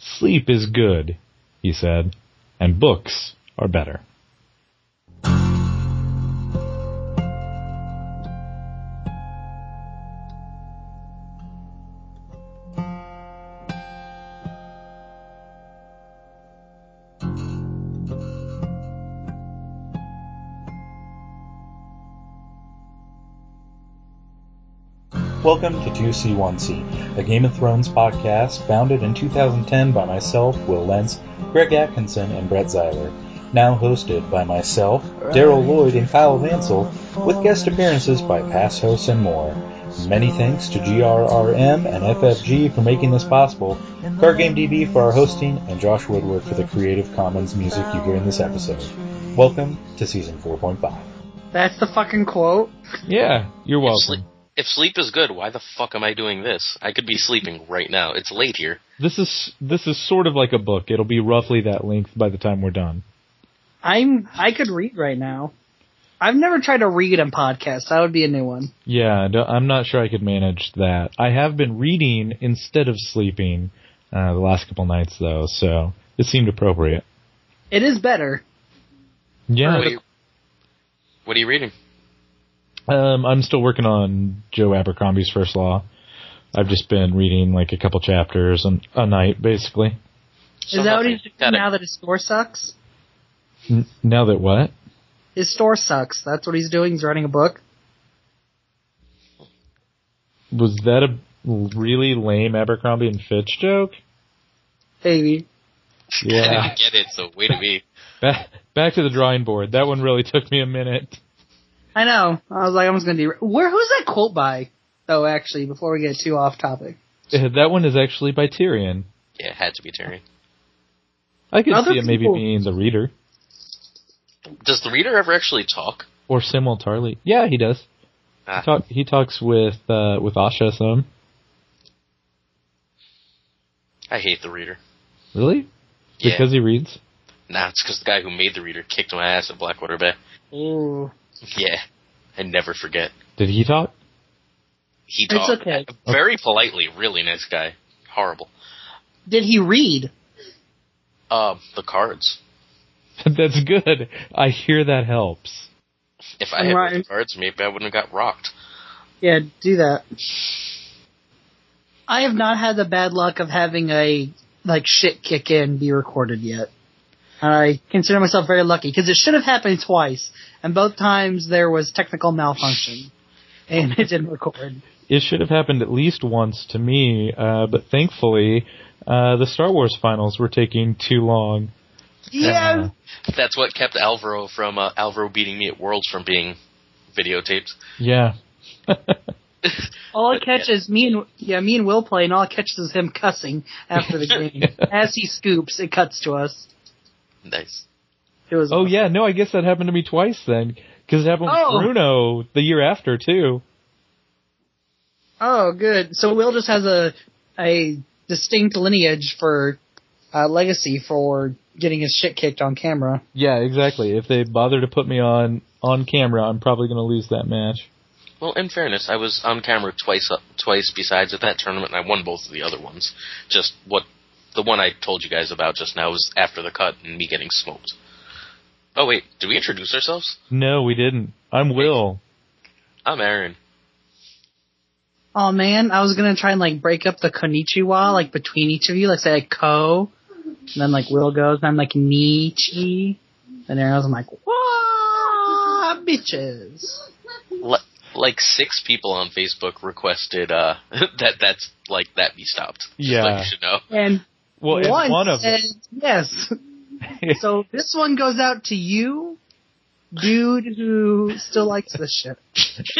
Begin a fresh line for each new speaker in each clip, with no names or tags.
Sleep is good, he said, and books are better.
Welcome to 2C1C, a Game of Thrones podcast founded in 2010 by myself, Will Lentz, Greg Atkinson, and Brett Zeiler. Now hosted by myself, Daryl Lloyd, and Kyle Vansel, with guest appearances by past hosts and more. Many thanks to GRRM and FFG for making this possible, GargameDB for our hosting, and Josh Woodward for the Creative Commons music you hear in this episode. Welcome to Season 4.5.
That's the fucking quote.
Yeah, you're
If sleep,
welcome.
if sleep is good, why the fuck am I doing this? I could be sleeping right now. It's late here.
This is this is sort of like a book. It'll be roughly that length by the time we're done.
I'm I could read right now. I've never tried to read on podcasts. That would be a new one.
Yeah, I don't- I'm not sure I could manage that. I have been reading instead of sleeping uh, the last couple nights though, so it seemed appropriate.
It is better.
Yeah,
What are you, what are you reading?
Um, I'm still working on Joe Abercrombie's First Law. I've just been reading like a couple chapters an, a night, basically.
Is that what
Something.
he's doing
Got it.
now that his store sucks?
N- now that what?
His store sucks. That's what he's doing. He's writing a book.
Was that a really lame Abercrombie and Fitch joke?
Maybe.
I
Yeah.
didn't get it, so way to be.
back, back to the drawing board. That one really took me a minute.
I know. I was like, I was gonna do. Where? Who's that quote by? Though, actually, before we get too off topic,
Uh, That one is actually by Tyrion.
Yeah, it had to be Tyrion.
I could
Other
see it maybe
people-
being the reader
Does the reader ever actually talk?
or Simul Tarly. Yeah, he does.
Ah.
He, talk, he talks with uh, with Asha some.
I hate the reader.
Really?
Yeah.
Because he reads.
nah, it's because the guy who made the reader kicked my ass at Blackwater Bay.
ooh,
Yeah, I never forget.
Did he talk?
He
It's
talked
okay.
very politely. Really nice guy. Horrible.
did he read?
Um, the cards.
That's good. I hear that helps.
If I had read
Right.
the cards, maybe I wouldn't have got rocked.
Yeah, do that. I have not had the bad luck of having a like shit kick in be recorded yet. I consider myself very lucky because it should have happened twice, and both times there was technical malfunction, and it didn't record.
It should have happened at least once to me, uh, but thankfully, uh, the Star Wars finals were taking too long.
Yeah,
That's what kept Alvaro from uh, Alvaro beating me at Worlds from being videotaped.
Yeah.
all it catches me and yeah me and Will play, and all it catches is him cussing after the game. As he scoops, it cuts to us.
Nice.
It was
Oh yeah, no, I guess that happened to me twice then, because it happened
Oh.
with Bruno the year after too.
Oh, good. So Will just has a a distinct lineage for uh, legacy for getting his shit kicked on camera.
Yeah, exactly. If they bother to put me on on camera, I'm probably going to lose that match.
Well, in fairness, I was on camera twice. Uh, twice besides at that tournament, and I won both of the other ones. Just what the one I told you guys about just now was after the cut and me getting smoked. Oh wait, did we introduce ourselves?
No, we didn't. I'm Will.
I'm Aaron.
Oh man, I was gonna try and like break up the konnichiwa like between each of you, like say like ko, and then like Will goes, and I'm like nichi, and Aaron's I'm like wah bitches.
L- like six people on Facebook requested uh, that that's like that be stopped. Just
Yeah.
like you should know.
And
Well, and
one,
one of
says yes. so this one goes out to you, dude who still likes this shit.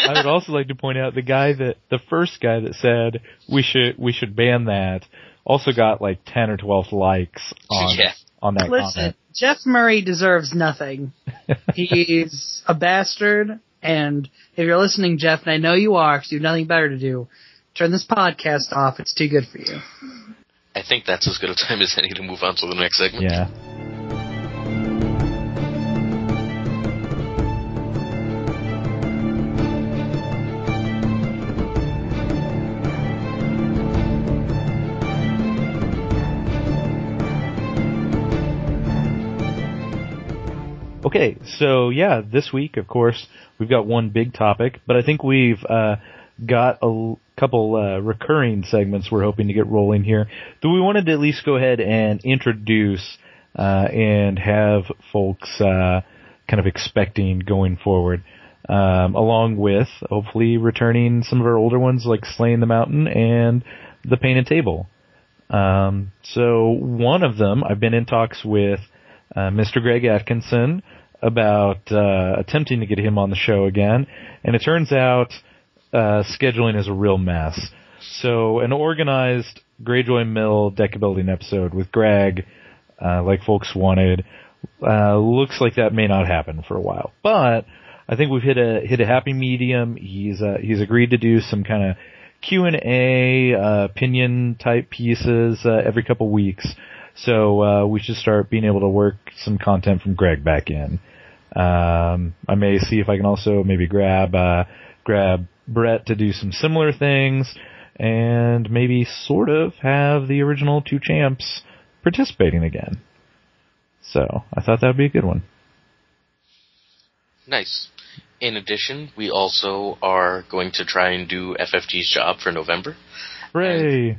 I would also like to point out the guy that the first guy that said we should we should ban that also got like ten or twelve likes on
Yeah.
on that
Listen,
comment.
Jeff Murray deserves nothing. He's a bastard, and if you're listening, Jeff, and I know you are, because you have nothing better to do, turn this podcast off. It's too good for you.
I think that's as good a time as any to move on to the next segment.
Yeah. Okay, so yeah, this week, of course, we've got one big topic, but I think we've uh, got a l- couple uh, recurring segments we're hoping to get rolling here that we wanted to at least go ahead and introduce uh, and have folks uh, kind of expecting going forward, um, along with hopefully returning some of our older ones like Slaying the Mountain and The Painted Table. Um, so one of them, I've been in talks with uh, Mr. Greg Atkinson about uh, attempting to get him on the show again, and it turns out uh, scheduling is a real mess. So an organized Greyjoy Mill deck building episode with Greg, uh, like folks wanted, uh, looks like that may not happen for a while. But I think we've hit a hit a happy medium. He's uh, he's agreed to do some kind of Q and A uh, opinion type pieces uh, every couple weeks. So uh, we should start being able to work some content from Greg back in. Um, I may see if I can also maybe grab uh, grab Brett to do some similar things, and maybe sort of have the original two champs participating again. So I thought that'd be a good one.
Nice. In addition, we also are going to try and do FFG's job for November.
Hooray!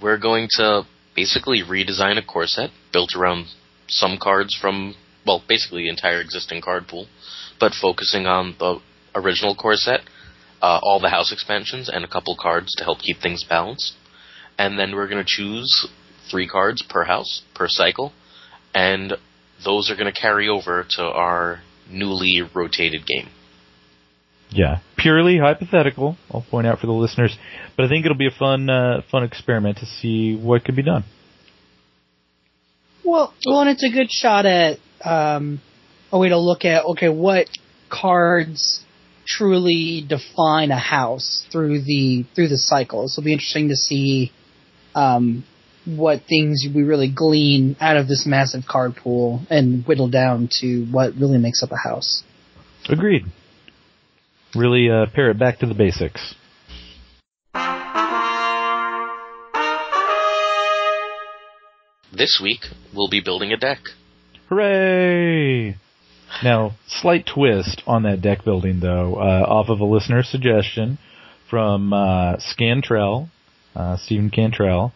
We're going to basically redesign a core set built around some cards from, well, basically the entire existing card pool, but focusing on the original core set, uh, all the house expansions, and a couple cards to help keep things balanced. And then we're going to choose three cards per house, per cycle, and those are going to carry over to our newly rotated game.
Yeah, purely hypothetical. I'll point out for the listeners, but I think it'll be a fun uh, fun experiment to see what could be done.
Well, well, and it's a good shot at um, a way to look at okay, what cards truly define a house through the through the cycles. It'll be interesting to see um, what things we really glean out of this massive card pool and whittle down to what really makes up a house.
Agreed. Really uh, pare it back to the basics.
This week, we'll be building a deck.
Hooray! Now, slight twist on that deck building, though, uh, off of a listener suggestion from uh, Scantrell, uh, Stephen Cantrell,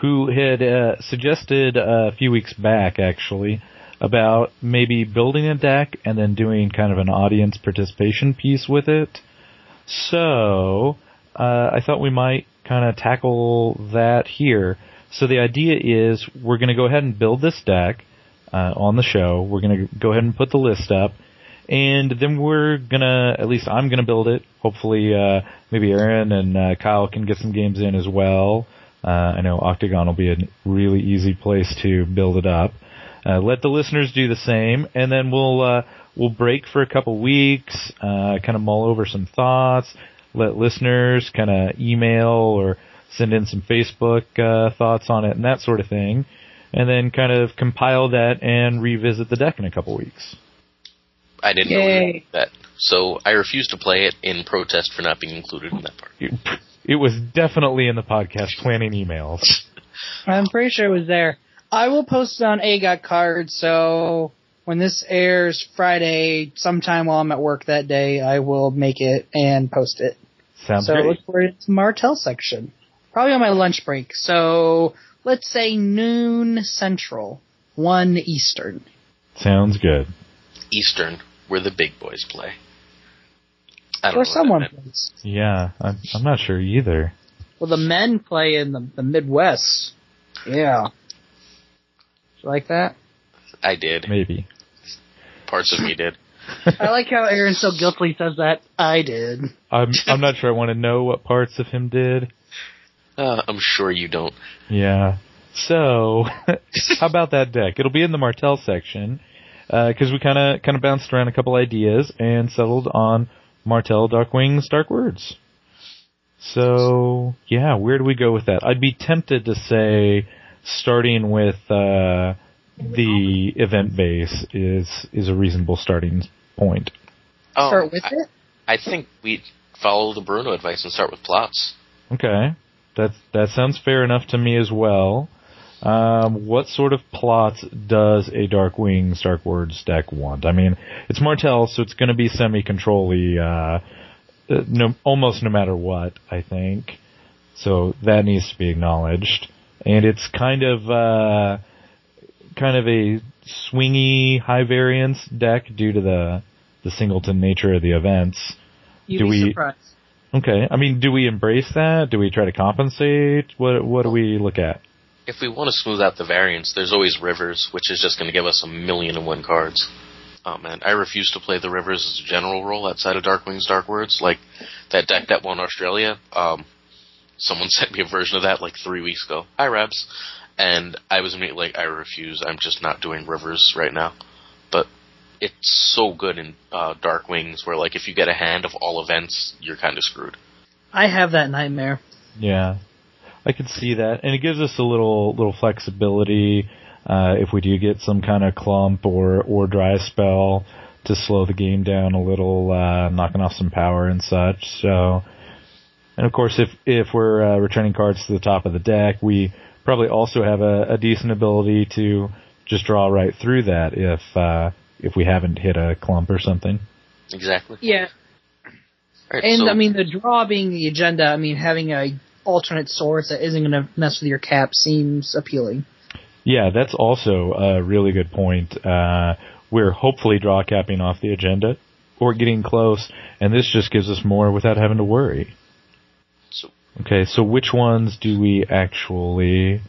who had uh, suggested uh, a few weeks back, actually, about maybe building a deck and then doing kind of an audience participation piece with it. So uh, I thought we might kind of tackle that here. So the idea is we're going to go ahead and build this deck uh, on the show. We're going to go ahead and put the list up, and then we're going to at least I'm going to build it. Hopefully, uh, maybe Aaron and uh, Kyle can get some games in as well. Uh, I know Octagon will be a really easy place to build it up. Uh, let the listeners do the same, and then we'll uh, we'll break for a couple weeks, uh, kind of mull over some thoughts. Let listeners kind of email or send in some Facebook uh, thoughts on it and that sort of thing, and then kind of compile that and revisit the deck in a couple weeks.
I didn't know we
Yay.
were doing that. So I refuse to play it in protest for not being included in that part.
It, it was definitely in the podcast planning emails.
I'm pretty sure it was there. I will post it on A Got Card, so when this airs Friday, sometime while I'm at work that day, I will make it and post it.
Sounds
so
great.
look for it in Martell section. Probably on my lunch break, so let's say noon central, one eastern.
Sounds good.
Eastern, where the big boys play. I don't know
Or
what that
someone
meant.
plays.
Yeah, I'm, I'm not sure either.
Well the men play in the, the Midwest. Yeah. You like that?
I did.
Maybe.
Parts of me did.
I like how Aaron so guiltily says that. I did.
I'm I'm not sure I want to know what parts of him did.
Uh, I'm sure you don't.
Yeah. So, how about that deck? It'll be in the Martell section because we kind of kind of bounced around a couple ideas and settled on Martell Dark Wings Dark Words. So yeah, where do we go with that? I'd be tempted to say starting with uh, the event base is is a reasonable starting point.
Oh,
Start with
I,
it.
I think we follow the Bruno advice and start with plots.
Okay, that that sounds fair enough to me as well. Um, what sort of plots does a Darkwing Stark Words deck want? I mean, it's Martell, so it's going to be semi-control-y, uh, uh, no, almost no matter what, I think. So that needs to be acknowledged. And it's kind of, uh, kind of a swingy, high variance deck due to the, the singleton nature of the events.
You'd
Do
be
we-
surprised.
Okay. I mean, do we embrace that? Do we try to compensate? What, what do we look at?
If we want to smooth out the variance, there's always Rivers, which is just going to give us a million and one cards. Oh man, I refuse to play the Rivers as a general rule outside of Darkwing's Dark Words. Like that deck that won Australia. Um, someone sent me a version of that like three weeks ago. Hi, Rabs. And I was immediately like, I refuse. I'm just not doing Rivers right now. But it's so good in uh, Dark Wings, where like if you get a hand of all events, you're kind of screwed.
I have that nightmare.
Yeah, I could see that, and it gives us a little little flexibility uh, if we do get some kind of clump or or dry spell to slow the game down a little, uh, knocking off some power and such. So, and of course, if if we're uh, returning cards to the top of the deck, we probably also have a, a decent ability to just draw right through that if uh, if we haven't hit a clump or something.
Exactly.
Yeah.
All right,
And
so-
I mean, the draw being the agenda, I mean, having a alternate source that isn't going to mess with your cap seems appealing.
Yeah, that's also a really good point. Uh, we're hopefully draw capping off the agenda or getting close, and this just gives us more without having to worry.
So-
Okay, so which ones do we actually?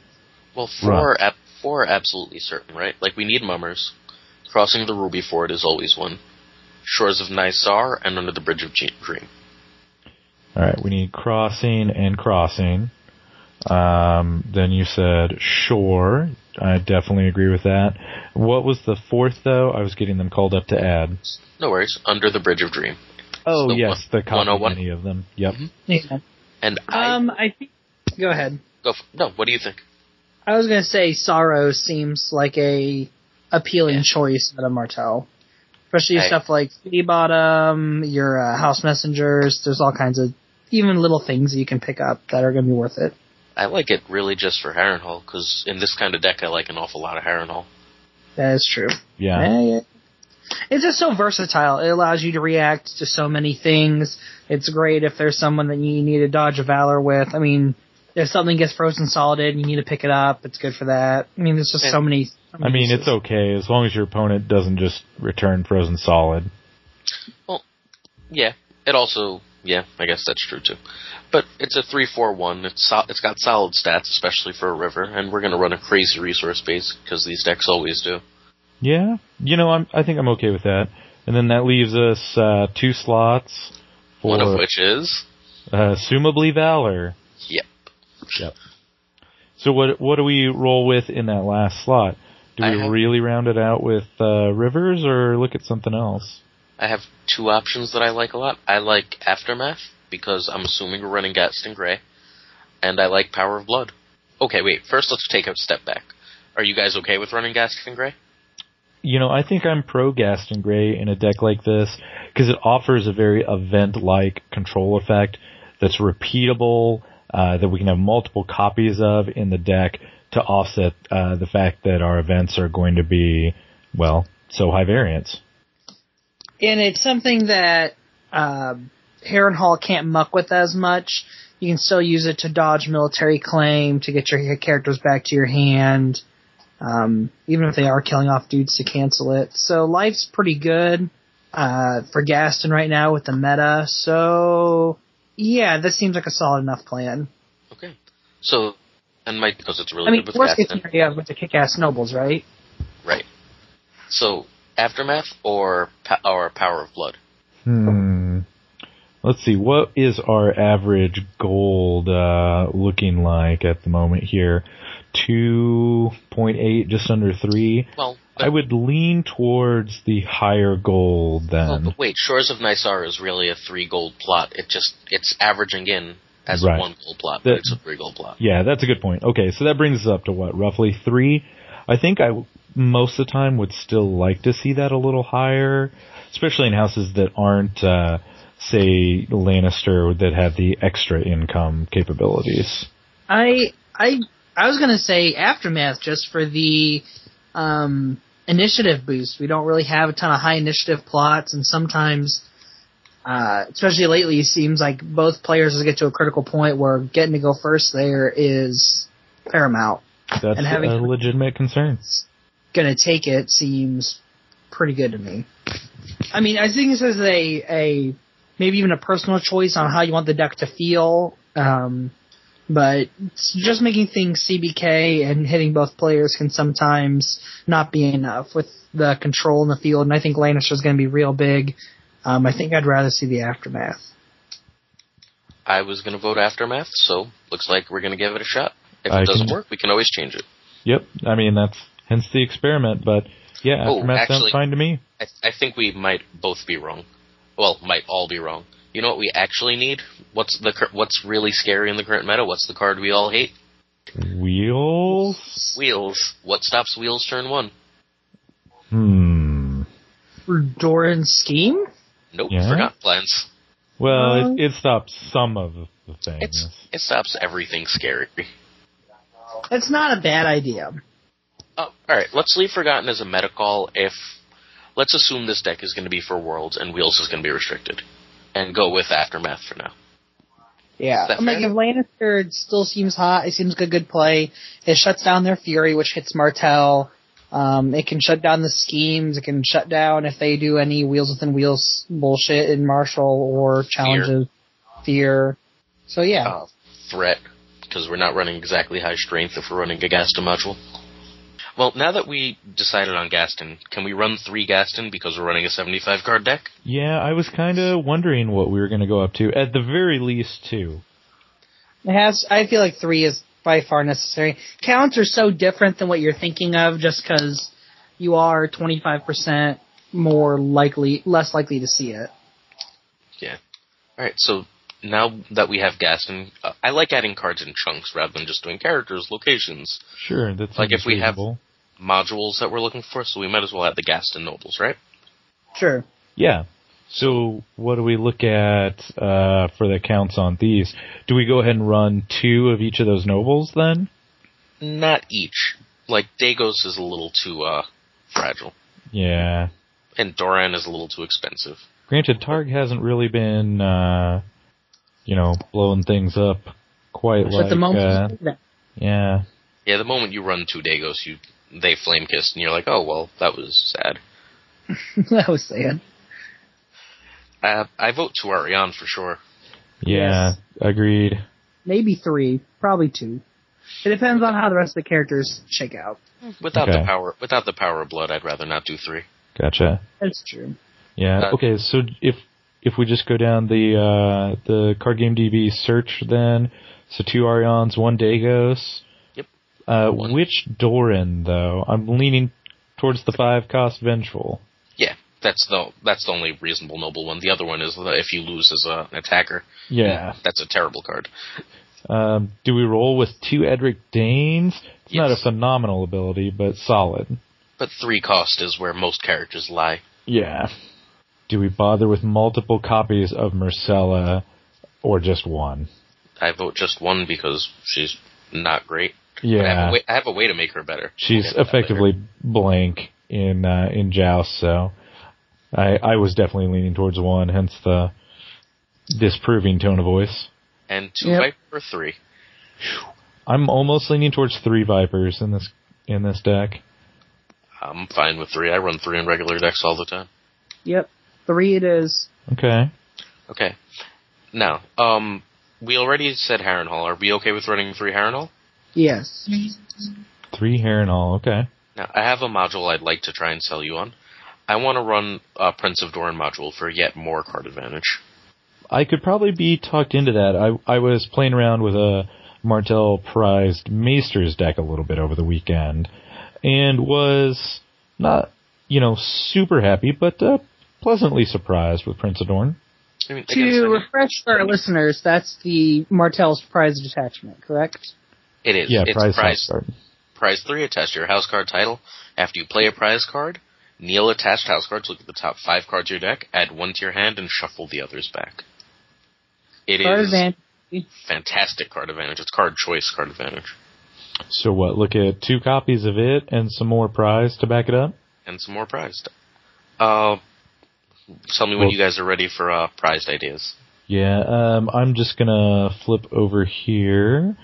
Well, four
Right.
are ab- four are absolutely certain, right? Like we need mummers. Crossing the Ruby Ford is always one. Shores of Nysar and Under the Bridge of Ge- Dream.
All right, we need crossing and crossing. Um, then you said shore. I definitely agree with that. What was the fourth though? I was getting them called up to add.
No worries. Under the Bridge of Dream.
Oh
the
yes, the copy
101.
many of them. Yep.
Yeah.
And I
Um, I think. Go ahead.
go for, no. What do you think?
I was going to say Sorrow seems like a appealing choice out of Martel. Especially
Hey.
stuff like City Bottom, your uh, House Messengers, there's all kinds of, even little things that you can pick up that are going to be worth it.
I like it really just for Harrenhal because in this kind of deck I like an awful lot of Harrenhal.
That is true.
Yeah.
Yeah, yeah. It's just so versatile. It allows you to react to so many things. It's great if there's someone that you need to dodge a valor with. I mean, if something gets frozen solid and you need to pick it up, it's good for that. I mean, there's just so many. so
I
many
mean, it's
uses.
okay as long as your opponent doesn't just return frozen solid.
Yeah. It also yeah I guess that's true too. But it's a three four one. It's so, it's got solid stats especially for a river and we're gonna run a crazy resource base because these decks always do.
Yeah, you know, I'm, I think I'm okay with that. And then that leaves us uh, two slots for
One of which is
uh, assumably valor.
Yep.
Yep. So what what do we roll with in that last slot? Do
I
we
have-
really round it out with uh, rivers or look at something else?
I have two options that I like a lot. I like Aftermath because I'm assuming we're running Gaston Gray, and I like Power of Blood. Okay, wait. First, let's take a step back. Are you guys okay with running Gaston Gray?
You know, I think I'm pro Gaston Gray in a deck like this because it offers a very event-like control effect that's repeatable, uh, that we can have multiple copies of in the deck to offset uh, the fact that our events are going to be, well, so high variance.
and it's something that uh, Harrenhal can't muck with as much. You can still use it to dodge military claim to get your characters back to your hand, um, even if they are killing off dudes to cancel it. So life's pretty good uh, for Gaston right now with the meta. So yeah, this seems like a solid enough plan.
Okay. So, and my because it's really
I mean,
good with
worst case
Gaston,
scenario with the kick-ass nobles, right?
right? So, Aftermath or pa- or Power of Blood?
Hmm. Let's see. What is our average gold uh, looking like at the moment here? Two point eight, just under three.
Well,
I would lean towards the higher gold
oh,
then.
but wait. Shores of Nysar is really a three gold plot. It just it's averaging in as
Right.
a one gold plot, but
The-
it's a three gold plot.
Yeah, that's a good point. Okay, so that brings us up to what, roughly three? I think I w- most of the time would still like to see that a little higher, especially in houses that aren't, uh, say, Lannister that have the extra income capabilities.
I I I was gonna say aftermath just for the um, initiative boost. We don't really have a ton of high initiative plots, and sometimes, uh, especially lately, it seems like both players get to a critical point where getting to go first there is paramount.
That's
And having-
a legitimate concern.
Gonna take it seems pretty good to me. I mean, I think this is a a maybe even a personal choice on how you want the deck to feel. Um, but it's just making things CBK and hitting both players can sometimes not be enough with the control in the field. And I think Lannister's going to be real big. Um, I think I'd rather see the aftermath.
I was going to vote Aftermath, so looks like we're going to give it a shot. If
I
it doesn't
can-
work, we can always change it.
Yep. I mean, that's hence the experiment. But yeah,
Oh,
aftermath sounds
actually-
fine to me.
I, I think we might both be wrong. Well, might all be wrong. You know what we actually need? What's the cur- what's really scary in the current meta? What's the card we all hate?
Wheels.
Wheels. What stops wheels turn one?
Hmm.
Doran's scheme?
Nope,
Yeah.
forgot plans.
Well,
Um,
it, it stops some of the things.
It's it stops everything scary.
It's not a bad idea.
Oh, all right. Let's leave Forgotten as a meta call. If let's assume this deck is going to be for Worlds and Wheels is going to be restricted, and go with Aftermath for now.
Yeah.
Is that
I'm like,
fair?
if Lannister still seems hot, it seems like a good play. It shuts down their Fury, which hits Martell. Um, it can shut down the schemes. It can shut down if they do any wheels within wheels bullshit in Marshall or challenges fear. So yeah,
Uh, threat because we're not running exactly high strength if we're running a Gaston module. Well, now that we decided on Gaston, can we run three Gaston because we're running a 75 card deck?
yeah, I was kind of wondering what we were going to go up to. At the very least, two.
it has. I feel like three is by far necessary. Counts are so different than what you're thinking of, just because you are 25% more likely, less likely to see it.
All right, so now that we have Gaston, uh, I like adding cards in chunks rather than just doing characters, locations,
Sure, that's
Like, if we have-
reasonable.
modules that we're looking for. So we might as well add the Gaston nobles, right?
Sure.
Yeah. So what do we look at uh, for the counts on these? Do we go ahead and run two of each of those nobles then?
Not each. Like Dagos is a little too uh, fragile,
Yeah.
and Doran is a little too expensive.
Granted, Targ hasn't really been, uh, you know, blowing things up quite
So
like.
at the moment,
uh, yeah.
Yeah, the moment you run two Dagos, you they flame kissed, and you're like, oh well, that was sad.
that was sad.
Uh, I vote to Ariane for sure.
Yeah.
Yes.
Agreed.
maybe three, probably two. It depends on how the rest of the characters shake out.
Without
Okay.
the power, without the power of blood, I'd rather not do three.
Gotcha.
That's true.
Yeah.
Uh,
okay. So if if we just go down the uh, the card game DB search, then so two Arions, one Dagos.
Yep.
Uh,
One.
which Doran though? I'm leaning towards the five cost vengeful.
Yeah, that's the that's the only reasonable noble one. The other one is the, if you lose as a, an attacker,
Yeah.
that's a terrible card.
Um, do we roll with two Edric Danes? It's not a
Yes.
phenomenal ability, but solid.
But three cost is where most characters lie.
Yeah. Do we bother with multiple copies of Marcella, or just one?
I vote just one because she's not great.
Yeah.
I have a way, I have a way to make her better.
She's
We'll get to that later.
effectively blank in uh, in Joust, so I I was definitely leaning towards one, hence the disproving tone of voice.
and two
Yep.
Viper or three.
I'm almost leaning towards three Vipers in this in this deck.
I'm fine with three. I run three in regular decks all the time.
Yep. Three it is.
Okay.
Okay. Now, um, we already said Harrenhal. Are we okay with running three Harrenhal?
Yes.
Three hair and all, okay.
Now, I have a module I'd like to try and sell you on. I want to run a Prince of Doran module for yet more card advantage.
I could probably be talked into that. I I was playing around with a Martel prized Maester's deck a little bit over the weekend, and was not you know super happy, but uh, pleasantly surprised with Prince Adorn.
I mean, again,
To
it's-
refresh our listeners, that's the Martell's prize detachment, correct?
it is.
Yeah,
it's
prize,
prize,
card.
prize three attached to your house card title. After you play a prize card, kneel attached house cards, look at the top five cards of your deck, add one to your hand, and shuffle the others back. It is
Card advantage.
fantastic card advantage. It's card choice card advantage.
So what? Look at two copies of it and some more prize to back it up.
and some more prize stuff. Uh, tell me when you guys are ready for uh, prized ideas.
Yeah, um, I'm just gonna flip over here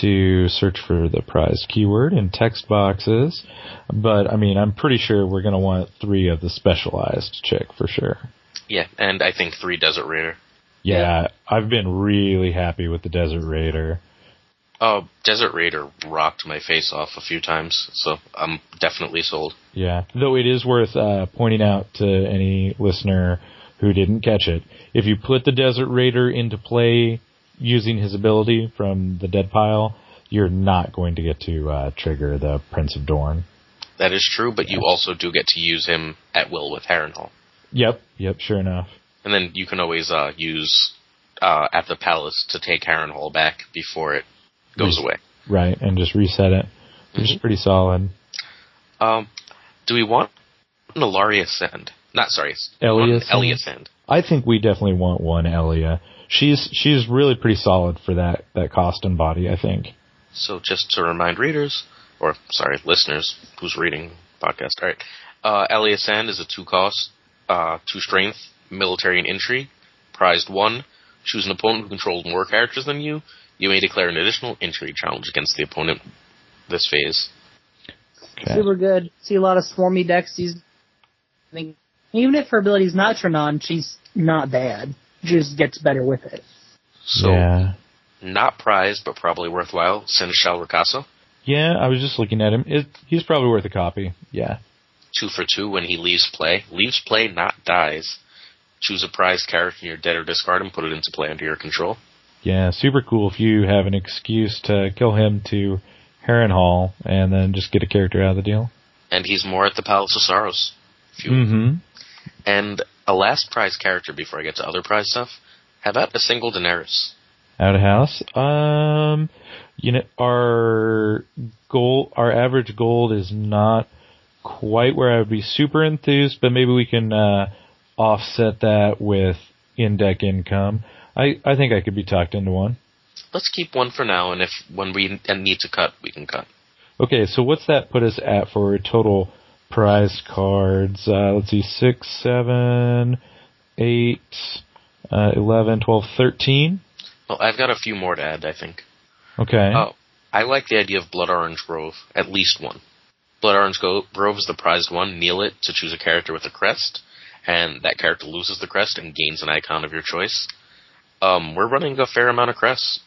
to search for the prize keyword in text boxes. But I mean, I'm pretty sure we're gonna want three of the specialized chick for sure.
Yeah, and I think three Desert Raider.
Yeah, I've been really happy with the Desert Raider.
Uh, Desert Raider rocked my face off a few times, so I'm definitely sold.
Yeah, though it is worth uh, pointing out to any listener who didn't catch it. If you put the Desert Raider into play using his ability from the dead pile, you're not going to get to uh, trigger the Prince of Dorn.
That is true, but you also do get to use him at will with Harrenhal.
Yep, yep, sure enough.
And then you can always uh, use uh, at the palace to take Harrenhal back before it goes away.
Right, and just reset it, which is pretty solid.
Um, do we want Nalaria Send? Not sorry,
Elia Sand?
Elia Send.
I think we definitely want one Elia. She's she's really pretty solid for that that cost and body. I think.
So just to remind readers, or sorry, listeners who's reading the podcast, all right. Uh, Elia Sand is a two cost, uh, two strength, military and entry, prized one. Choose an opponent who controls more characters than you. You may declare an additional entry challenge against the opponent this phase.
Okay.
Super good. See a lot of swarmy decks. She's, I think, even if her ability's not turned on, she's not bad. She just gets better with it.
So
yeah.
not prized, but probably worthwhile, Seneschal Ricasa.
Yeah, I was just looking at him. It, he's probably worth a copy. Yeah.
Two for two when he leaves play. Leaves play, not dies. Choose a prized character in your dead or discard and put it into play under your control.
Yeah, super cool if you have an excuse to kill him to Harrenhal and then just get a character out of the deal.
And he's more at the Palace of Sorrows. If you
Mm-hmm.
And a last prize character before I get to other prize stuff. How about a single Daenerys?
Out of house. Um, you know, our goal, our average gold is not quite where I would be super enthused, but maybe we can, uh, offset that with in-deck income. I, I think I could be talked into one.
Let's keep one for now, and if when we n- need to cut, we can cut.
Okay, so what's that put us at for total prize cards? Uh, let's see, six, seven, eight, uh, 11, 12, 13.
Well, I've got a few more to add, I think.
Okay.
Oh, I like the idea of Blood Orange Grove, at least one. Blood Orange Go- Grove is the prized one. Kneel it to choose a character with a crest, and that character loses the crest and gains an icon of your choice. Um, we're running a fair amount of crests.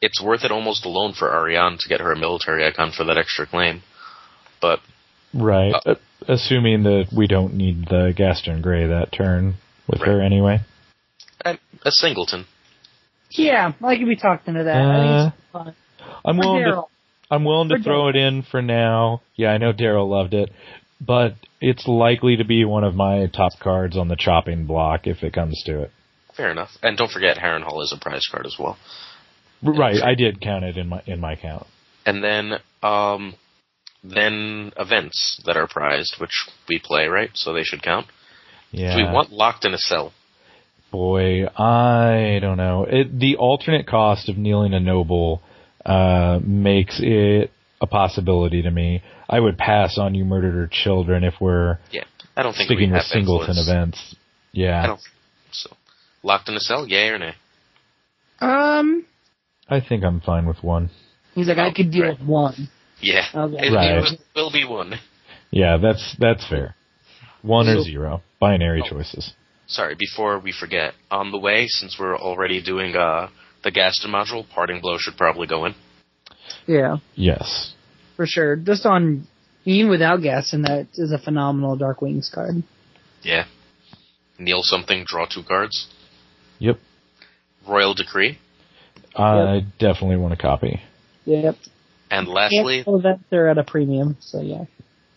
It's worth it almost alone for Ariane to get her a military icon for that extra claim. But
right. Uh, Assuming that we don't need the Gaston Gray that turn with her anyway.
uh, a singleton,
Yeah, I could be talked into that. I think it's fun.
I'm
For
willing to,
Daryl.
I'm willing to
For
throw it in for now. Yeah, I know Daryl loved it, but it's likely to be one of my top cards on the chopping block if it comes to it.
fair enough. And don't forget, Harrenhal is a prize card as well.
R- Right, I did count it in my in my count.
And then, um, then events that are prized, which we play, right? So they should count.
Yeah.
Do we want locked in a cell?
Boy, I don't know. It, the alternate cost of kneeling a noble uh, makes it a possibility to me. I would pass on you murdered her children if we're
Yeah, I don't think
sticking
we
with
have
singleton
influence.
events. Yeah,
I don't so. Locked in a cell, yay or nay?
Um,
I think I'm fine with one.
he's like, I could deal
Right.
with one.
Yeah,
Okay.
it,
Right.
it was- will be one.
Yeah, that's that's fair. One or
So-
zero, binary
Oh.
choices.
Sorry, before we forget, on the way, since we're already doing uh, the Gaston module, parting blow should probably go in.
Yeah,
Yes.
for sure. Just on even without gas, and that is a phenomenal Dark Wings card.
Yeah. Kneel something, draw two cards.
Yep.
Royal decree,
I definitely want a copy.
Yep.
and lastly,
Cancel events are at a premium, so yeah.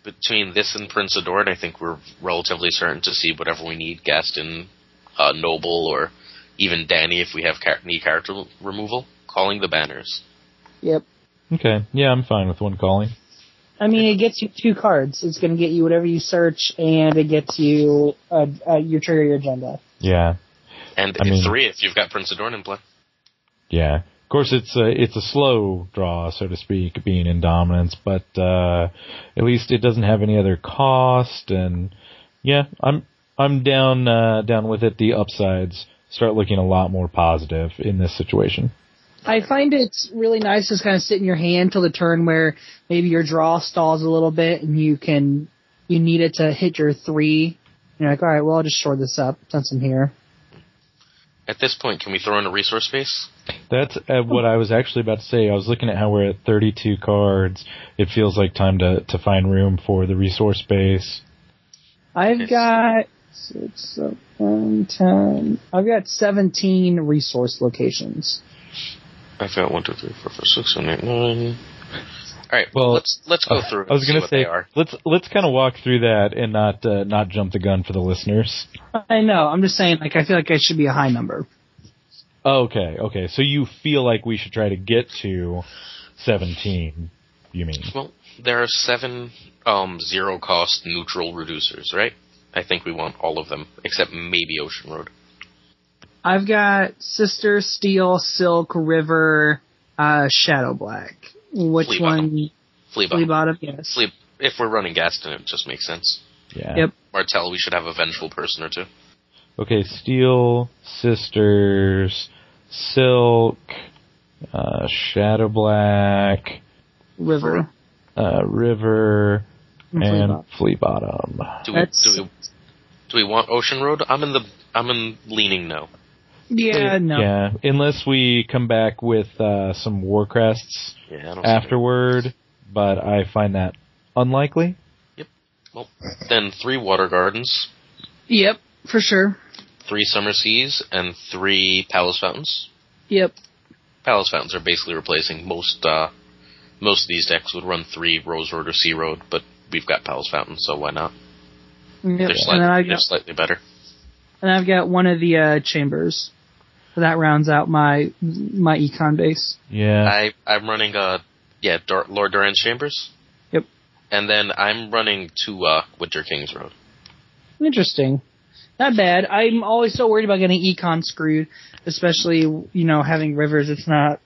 between this and Prince Adored, I think we're relatively certain to see whatever we need Gaston, uh, Noble, or even Danny if we have char- need character l- removal. Calling the banners.
Yep.
Okay. Yeah, I'm fine with one calling.
I mean, it gets you two cards. It's going to get you whatever you search, and it gets you uh, uh, your trigger your agenda.
Yeah.
And
I mean-
three if you've got Prince Adorn in play.
Yeah. Of course, it's a it's a slow draw, so to speak, being in dominance, but uh, at least it doesn't have any other cost, and yeah, I'm I'm down uh, down with it. The upsides start looking a lot more positive in this situation.
I find it's really nice just kind of sit in your hand till the turn where maybe your draw stalls a little bit and you can you need it to hit your three. And you're like, all right, well I'll just shore this up since I'm here.
At this point, can we throw in a resource base?
That's uh, what I was actually about to say. I was looking at how we're at 32 cards. It feels like time to to find room for the resource base.
I've
Yes.
got six, seven, ten. I've got seventeen resource locations.
I've got one, two, three, four, five, six, seven, eight, nine. All right.
Well, uh,
Well, let's let's go through.
I was
going
gonna
to
say
they are.
let's let's kind of walk through that and not uh, not jump the gun for the listeners.
I know. I'm just saying. Like I feel like it should be a high number.
Okay, okay. So you feel like we should try to get to 17, you mean?
Well, there are seven um, zero cost neutral reducers, right? I think we want all of them except maybe Ocean Road.
I've got Sister, Steel, Silk, River, uh, Shadow Black. Which
Flea Bottom.
one? Flea
Flea Bottom.
Bottom. Yes.
Flea- If we're running Gaston, it just makes sense.
Yeah.
Yep.
Martell, we should have a vengeful person or two.
Okay, Steel, Sisters, Silk, uh, Shadow Black,
River.
uh, River,
and Flea
and
Bottom.
Flea Bottom.
Do we,
That's-
do we do we want Ocean Road? I'm in the I'm in leaning no.
Yeah. No.
Yeah, unless we come back with uh, some war crests
Yeah. I don't see
afterward, but I find that unlikely.
it. Then three water gardens,
Yep. For sure.
three summer seas, and three palace fountains.
Yep.
Palace Fountains are basically replacing most uh, most of these decks would run three Rose Road or Sea Road, but we've got Palace Fountains, so why not?
yep. And
They're, slight-
then I
they're
got,
slightly better.
and I've got one of the uh, chambers. So that rounds out my my econ base.
Yeah.
I I'm running uh yeah Dor- Lord Duran's Chambers.
Yep.
And then I'm running two uh, Winter Kings Road.
Interesting. Not bad. I'm always so worried about getting econ screwed, especially you know having rivers. It's not.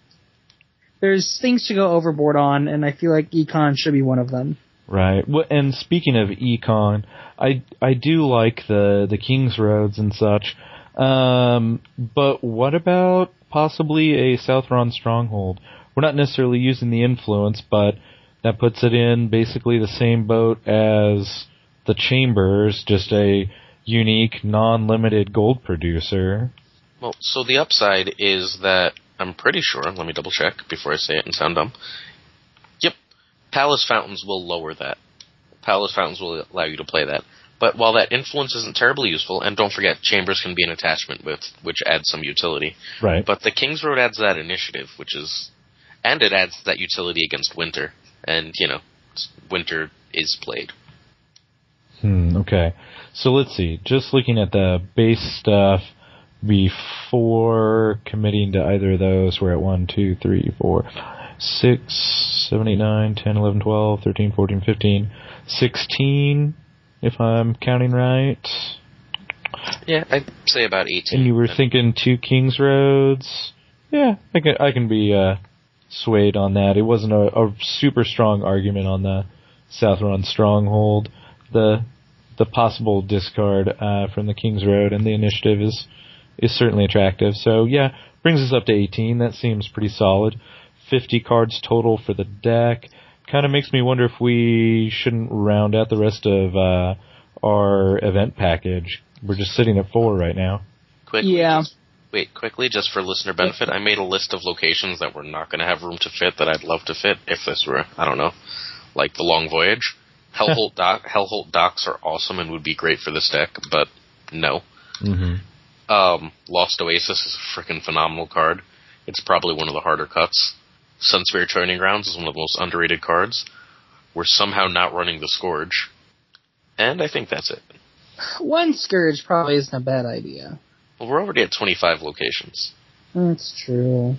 There's things to go overboard on, and I feel like econ should be one of them.
Right. Well, and speaking of econ, I I do like the the King's Roads and such. Um, but what about possibly a Southron stronghold? We're not necessarily using the influence, but that puts it in basically the same boat as the Chambers, just a unique, non-limited gold producer.
Well, so the upside is that I'm pretty sure. Let me double check before I say it and sound dumb. Yep, Palace Fountains will lower that. Palace Fountains will allow you to play that. But while that influence isn't terribly useful, and don't forget, Chambers can be an attachment with which adds some utility.
Right.
But the King's Road adds that initiative, which is, and it adds that utility against Winter, and you know, s- Winter is played.
Hmm, okay. So let's see. Just looking at the base stuff before committing to either of those, we're at 1, 2, 3, 4, 6, 7, 8, 9, 10, 11, 12, 13, 14, 15, 16, if I'm counting right.
Yeah, I'd say about eighteen.
And you were thinking two Kings Roads. Yeah, I can, I can be uh, swayed on that. It wasn't a, a super strong argument on the Southron Stronghold. The the possible discard uh, from the King's Road and the initiative is is certainly attractive. So yeah, brings us up to 18. That seems pretty solid. 50 cards total for the deck. Kind of makes me wonder if we shouldn't round out the rest of uh, our event package. We're just sitting at four right now.
quickly.
Yeah.
just- wait, quickly, just for listener benefit, I made a list of locations that we're not going to have room to fit that I'd love to fit if this were, I don't know, like the Long Voyage. Hellholt Dock, Hellholt Docks are awesome and would be great for this deck, but no.
Mm-hmm.
Um, Lost Oasis is a freaking phenomenal card. It's probably one of the harder cuts. Sunspirit Training Grounds is one of the most underrated cards. We're somehow not running the Scourge. And I think that's it.
One scourge probably isn't a bad idea.
Well, we're already at 25 locations.
That's true.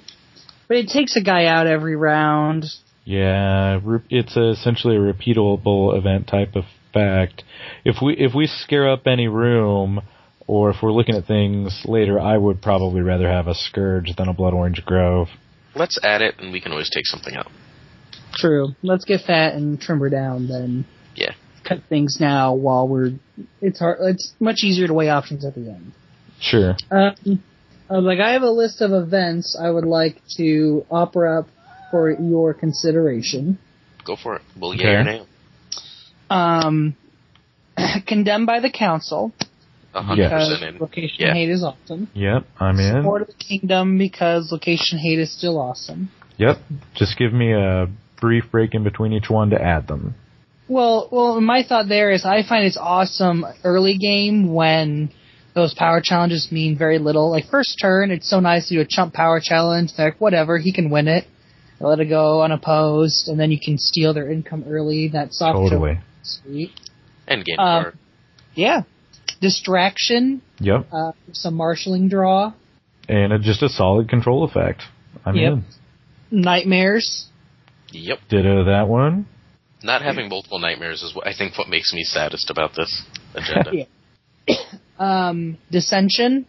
But it takes a guy out every round.
Yeah, re- it's essentially a repeatable event type of fact. If we if we scare up any room, or if we're looking at things later, I would probably rather have a scourge than a blood orange grove.
Let's add it, and we can always take something out.
True. Let's get fat and trim her down then.
Yeah.
Cut things now while we're. It's hard. It's much easier to weigh options at the end.
Sure.
Um, uh, like I have a list of events I would like to offer up for your consideration.
Go for it. Well,
Okay.
yeah, your name.
Um, condemned by the council
A hundred
Yes.
because
percent in.
location
Yeah.
hate is awesome.
Yep, I'm in.
Support of the kingdom because location hate is still awesome.
Yep. Just give me a brief break in between each one to add them.
Well, well, my thought there is I find it's awesome early game when those power challenges mean very little. Like first turn, it's so nice to do a chump power challenge. They're like, whatever, he can win it. They let it go unopposed, and then you can steal their income early. That soft choke
Totally.
is sweet.
End game
Um,
card.
Yeah, distraction,
Yep.
uh, some marshaling draw,
And it's just a solid control effect. I'm
Yep.
in.
nightmares.
Yep.
Ditto that one.
Not having multiple nightmares is what I think what makes me saddest about this agenda.
Yeah. Um, dissension,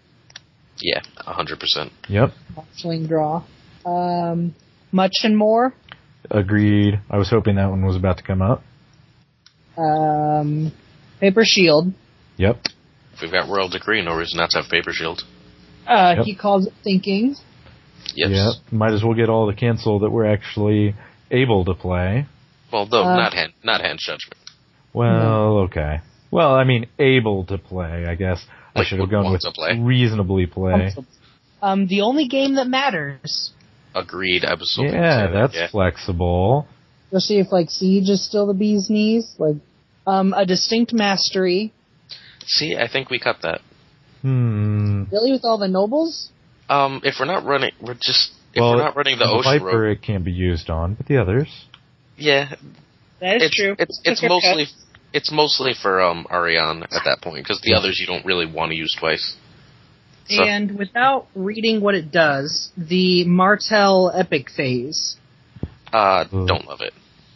yeah, a hundred percent.
Yep.
marshaling draw, um, much and more.
Agreed. I was hoping that one was about to come up.
um, paper shield.
Yep.
If we've got royal decree, no reason not to have paper shield.
Uh,
Yep.
He calls it thinking.
Yes.
Yep. Might as well get all the cancel that we're actually able to play.
Well, though
Uh,
not hand, not hand judgment.
Well,
Mm-hmm.
okay. Well, I mean, able to play, I guess. I
Like,
should have
would
gone
want
with
to play.
reasonably play.
Um, the only game that matters.
Agreed. I was so
Yeah, that's
yeah.
flexible.
Especially if like siege is still the bee's knees. Like, um, a distinct mastery.
See, I think we cut that.
Hmm.
Really, with all the nobles.
Um, if we're not running, we're just if
Well,
we're not running the
the
ocean
Viper
road.
it can be used on, but the others.
Yeah,
That
it's It's it's mostly it's mostly for um Ariane at that point because
Hmm.
the others you don't really want to use twice. So,
And without reading what it does, the Martel epic phase.
uh,
Ooh.
don't love it.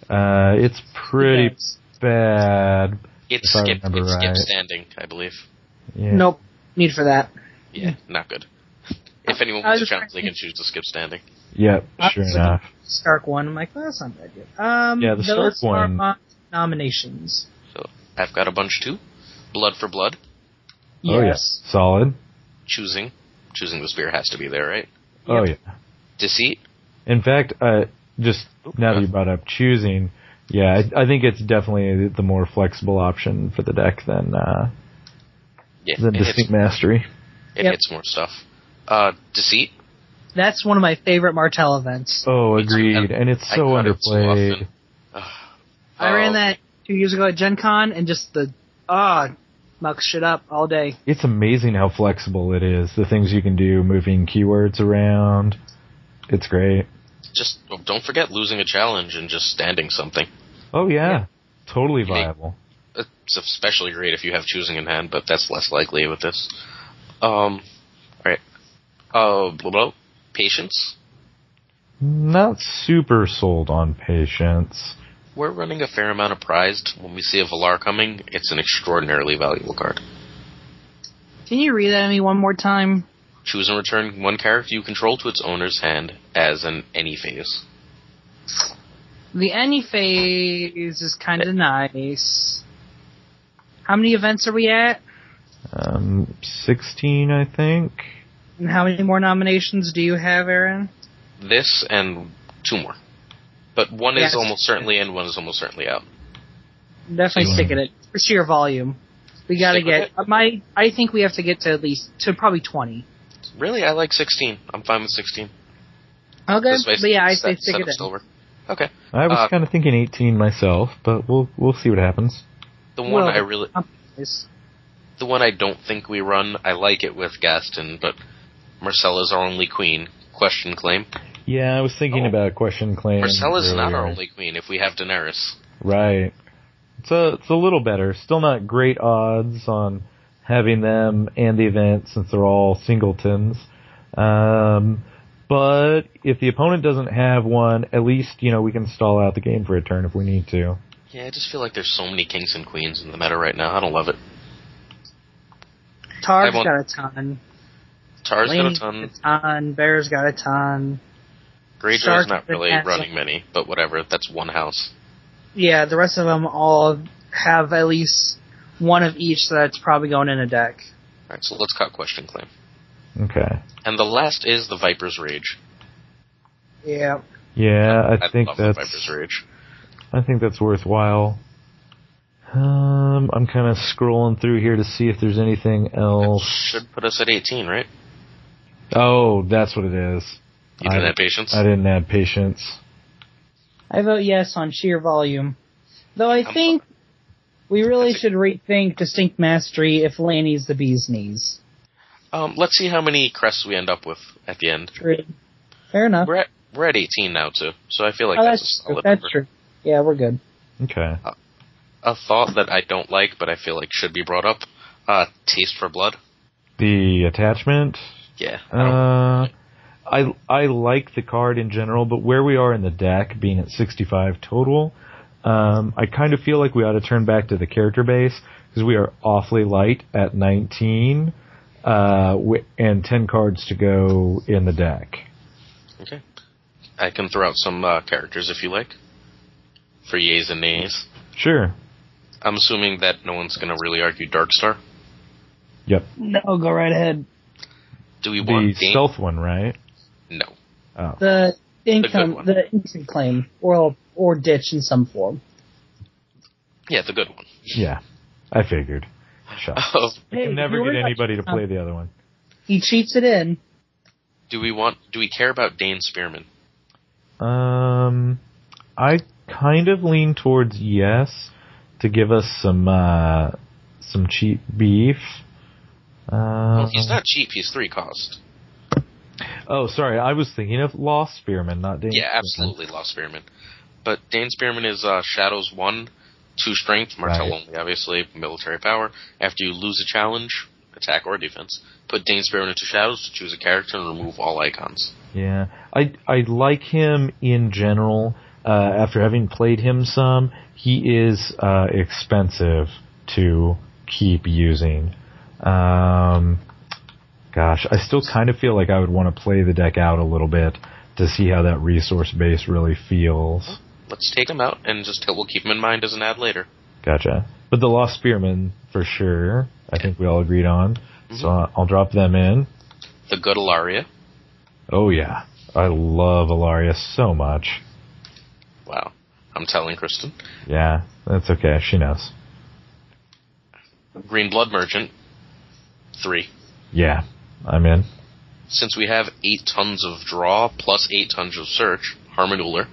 Uh, it's pretty
Yes.
bad.
It
If I
skipped it
remember right.
skipped standing, I believe.
Hmm.
Yeah.
Nope. Need for that.
Yeah, not good. If anyone
I was
wants
just
chance, they
trying
can choose to skip standing.
Yep.
Uh,
Sure
so-
enough.
Stark one. I'm like, well, that's not that good. Um,
Yeah, the
those
Stark
are
one-
my nominations.
I've got a bunch too. Blood for blood.
Oh yeah.
yes.
Solid.
Choosing, choosing the spear has to be there, right?
Oh yeah.
Deceit.
In fact, uh, just now that you brought up choosing, yeah, I, I think it's definitely the more flexible option for the deck than uh,
Yeah,
than
it, hits,
distinct mastery.
it
Yep.
hits more stuff. Uh, deceit.
That's one of my favorite Martell events.
Oh,
It's-
agreed, and it's so
I cut it so
underplayed.
often. Ugh.
I ran
Um,
that two years ago at Gen Con and just the, ah, muck shit up all day.
it's amazing how flexible it is. The things you can do, moving keywords around, it's great.
Just oh, don't forget losing a challenge and just standing something.
Oh yeah, totally
You make-
viable.
It's especially great if you have choosing in hand, but that's less likely with this. Um, alright. Uh, blah, blah, patience.
Not super sold on patience.
We're running a fair amount of prized. When we see a Valar coming, it's an extraordinarily valuable card.
Can you read that to me one more time?
Choose and return one character you control to its owner's hand as an any phase.
The any phase is kind of nice. How many events are we at?
Um, sixteen, I think.
And how many more nominations do you have, Aaron?
This and two more. But one
Yes.
is almost certainly in, one is almost certainly out.
Definitely
Two.
stick at it. For sheer volume. We gotta
Stick with
get, my, I think we have to get to at least, to probably 20.
Really, I like 16. I'm fine with 16.
Okay,
This way,
but yeah, I say
set-
stick
set
it
up
in.
silver. Okay.
I was
Uh,
kind of thinking eighteen myself, but we'll we'll see what happens.
The one
Well-
I really,
Yes.
the one I don't think we run. I like it with Gaston, but Marcella's our only queen. Question claim.
Yeah, I was thinking
Oh.
about question claim.
Marcella's not our
earlier.
only queen if we have Daenerys.
Right. It's a, it's a little better. Still not great odds on having them and the event since they're all singletons. Um, but if the opponent doesn't have one, at least, you know, we can stall out the game for a turn if we need to.
Yeah, I just feel like there's so many kings and queens in the meta right now. I don't love it.
Targ's
I want-
got a ton.
Tar's got a
Lane's
ton.
got a ton. Bear's got a ton.
Greyjoy's
Stark
not
and
really
Castle.
running many, but whatever. That's one house.
Yeah, the rest of them all have at least one of each that's probably going in a deck.
All right, so let's cut question claim.
Okay.
And the last is the Viper's Rage.
Yeah.
Yeah, I, think
love
that's
the Viper's Rage.
I think that's worthwhile. Um, I'm kind of scrolling through here to see if there's anything
That
else.
should put us at 18, right?
Oh, that's what it is.
You didn't
I-
have patience.
I didn't have patience.
I vote yes on sheer volume. Though I
I'm-
think we really
That's
should rethink distinct mastery if Lanny's the bee's knees.
Um, let's see how many crests we end up with at the end.
True. Fair enough.
We're at we're at 18 now too, so I feel like
oh,
that's,
that's
a
true.
solid
That's
number.
true. Yeah, we're good.
Okay.
A thought that I don't like, but I feel like should be brought up: uh, taste for blood.
The attachment.
Yeah. I don't-
Uh, I I like the card in general, but where we are in the deck, being at 65 total, um, I kind of feel like we ought to turn back to the character base because we are awfully light at 19, uh, wi- and 10 cards to go in the deck.
okay. I can throw out some uh, characters if you like, for yays and nays.
Sure.
I'm assuming that no one's going to really argue Darkstar.
Yep.
No, go right ahead.
Do we
The
want Dane?
stealth one, right?
No.
Oh.
The income,
one.
the instant claim, or or ditch in some form.
Yeah, the good one.
Yeah. I figured. Shucks.
Oh,
I can never get anybody to play the other one.
He cheats it in.
do we want? Do we care about Dane Spearman?
Um, I kind of lean towards yes to give us some uh, some cheap beef. Uh,
Well, he's not cheap. He's three cost.
oh, sorry, I was thinking of Lost Spearman, not Dane.
Yeah,
Spearman.
absolutely, Lost Spearman. But Dan Spearman is uh, Shadows 1, 2 strength, Martell
Right.
only, obviously, military power. After you lose a challenge, attack or defense, put Dane Spearman into Shadows to choose a character and remove all icons.
Yeah, I I like him in general. Uh, after having played him some, he is uh, expensive to keep using. Um, gosh, I still kind of feel like I would want to play the deck out a little bit to see how that resource base really feels.
Let's take him out and just we'll keep him in mind as an ad later.
Gotcha. But the Lost Spearman for sure. I think we all agreed on. So uh, I'll, I'll drop them in.
The good Alaria.
Oh yeah, I love Alaria so much.
Wow. I'm telling Kristen.
Yeah, that's okay. She knows.
Green Blood Merchant. Three.
Yeah, I'm in.
Since we have eight tons of draw plus eight tons of search, Harmon Uller.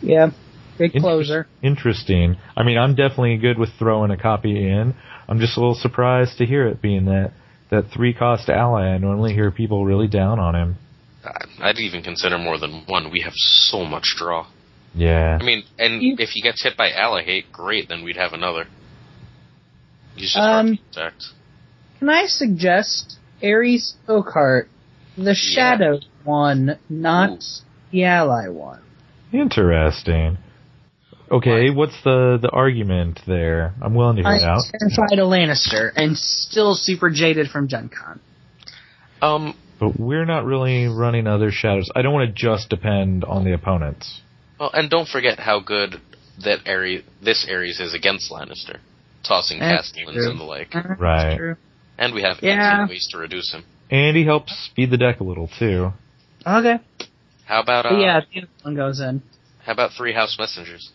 Yeah, big
Inter-
closer.
Interesting. I mean, I'm definitely good with throwing a copy in. I'm just a little surprised to hear it being that that three cost ally. I normally hear people really down on him.
I- Uh, I'd even consider more than one. We have so much draw.
Yeah,
I mean, and
You-
if he gets hit by Alahate, great, then we'd have another. He's just
Um,
hard to protect.
Can I suggest Ares Oakhart, the shadow one, not the ally one?
interesting. Okay, what's the the argument there? I'm willing to hear
I'm
it out.
terrified of Lannister and still super jaded from Gen Con.
Um,
But we're not really running other shadows. I don't want to just depend on the opponents.
well, and don't forget how good that Ares, this Ares is against Lannister, tossing
That's
castellans
true.
and the like.
That's
Right.
true.
And we have
Yeah.
18 ways to reduce him.
And he helps speed the deck a little too.
Okay.
How about uh,
But yeah, the other one goes in.
How about three house messengers?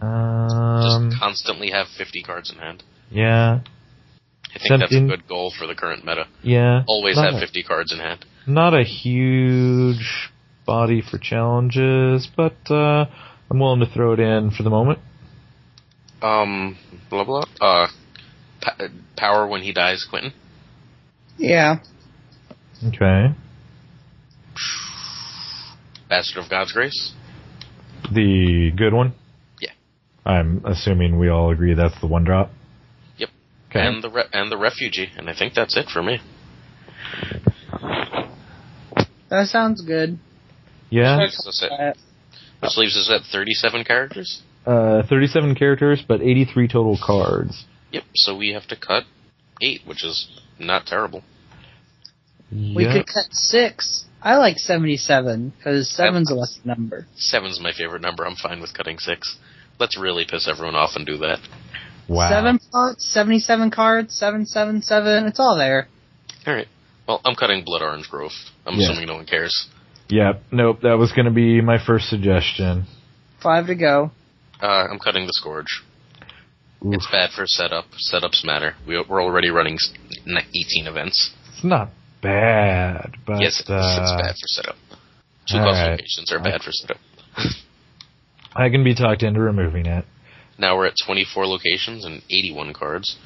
Just
Um,
constantly have 50 cards in hand.
yeah,
I think that's a
17.
good goal for the current meta.
yeah.
Always
Not
have
a-
50 cards in hand.
not a huge body for challenges, but uh, I'm willing to throw it in for the moment.
Um, blah blah. Uh, p- power when he dies, Quentin.
Yeah.
Okay.
Bastard of God's grace.
The good one?
Yeah.
I'm assuming we all agree that's the one drop.
Yep. Um,
Okay.
and the re- and the refugee, and I think that's it for me.
That sounds good.
yeah.
Which leaves us at,
Uh,
which leaves us at 37 characters.
Uh, 37 characters, but 83 total cards.
Yep. So we have to cut eight, which is not terrible.
We
Yep.
could cut six. I like 77 because seven's a lucky number.
Seven's my favorite number. I'm fine with cutting six. Let's really piss everyone off and do that.
Wow.
Seven plots, 77 cards, 777. It's all there.
All right. Well, I'm cutting Blood Orange Grove. I'm
Yeah.
assuming no one cares.
Yep. Nope. That was going to be my first suggestion.
Five to go.
Uh, I'm cutting the Scourge.
Oof.
It's bad for setup. Setups matter. We, we're already running s- n- 18 events.
It's not bad, but
yes, it's, it's
uh,
bad for setup. Two
all
cost
right.
locations are
I-
bad for setup.
I can be talked into removing it.
Now we're at 24 locations and 81 cards.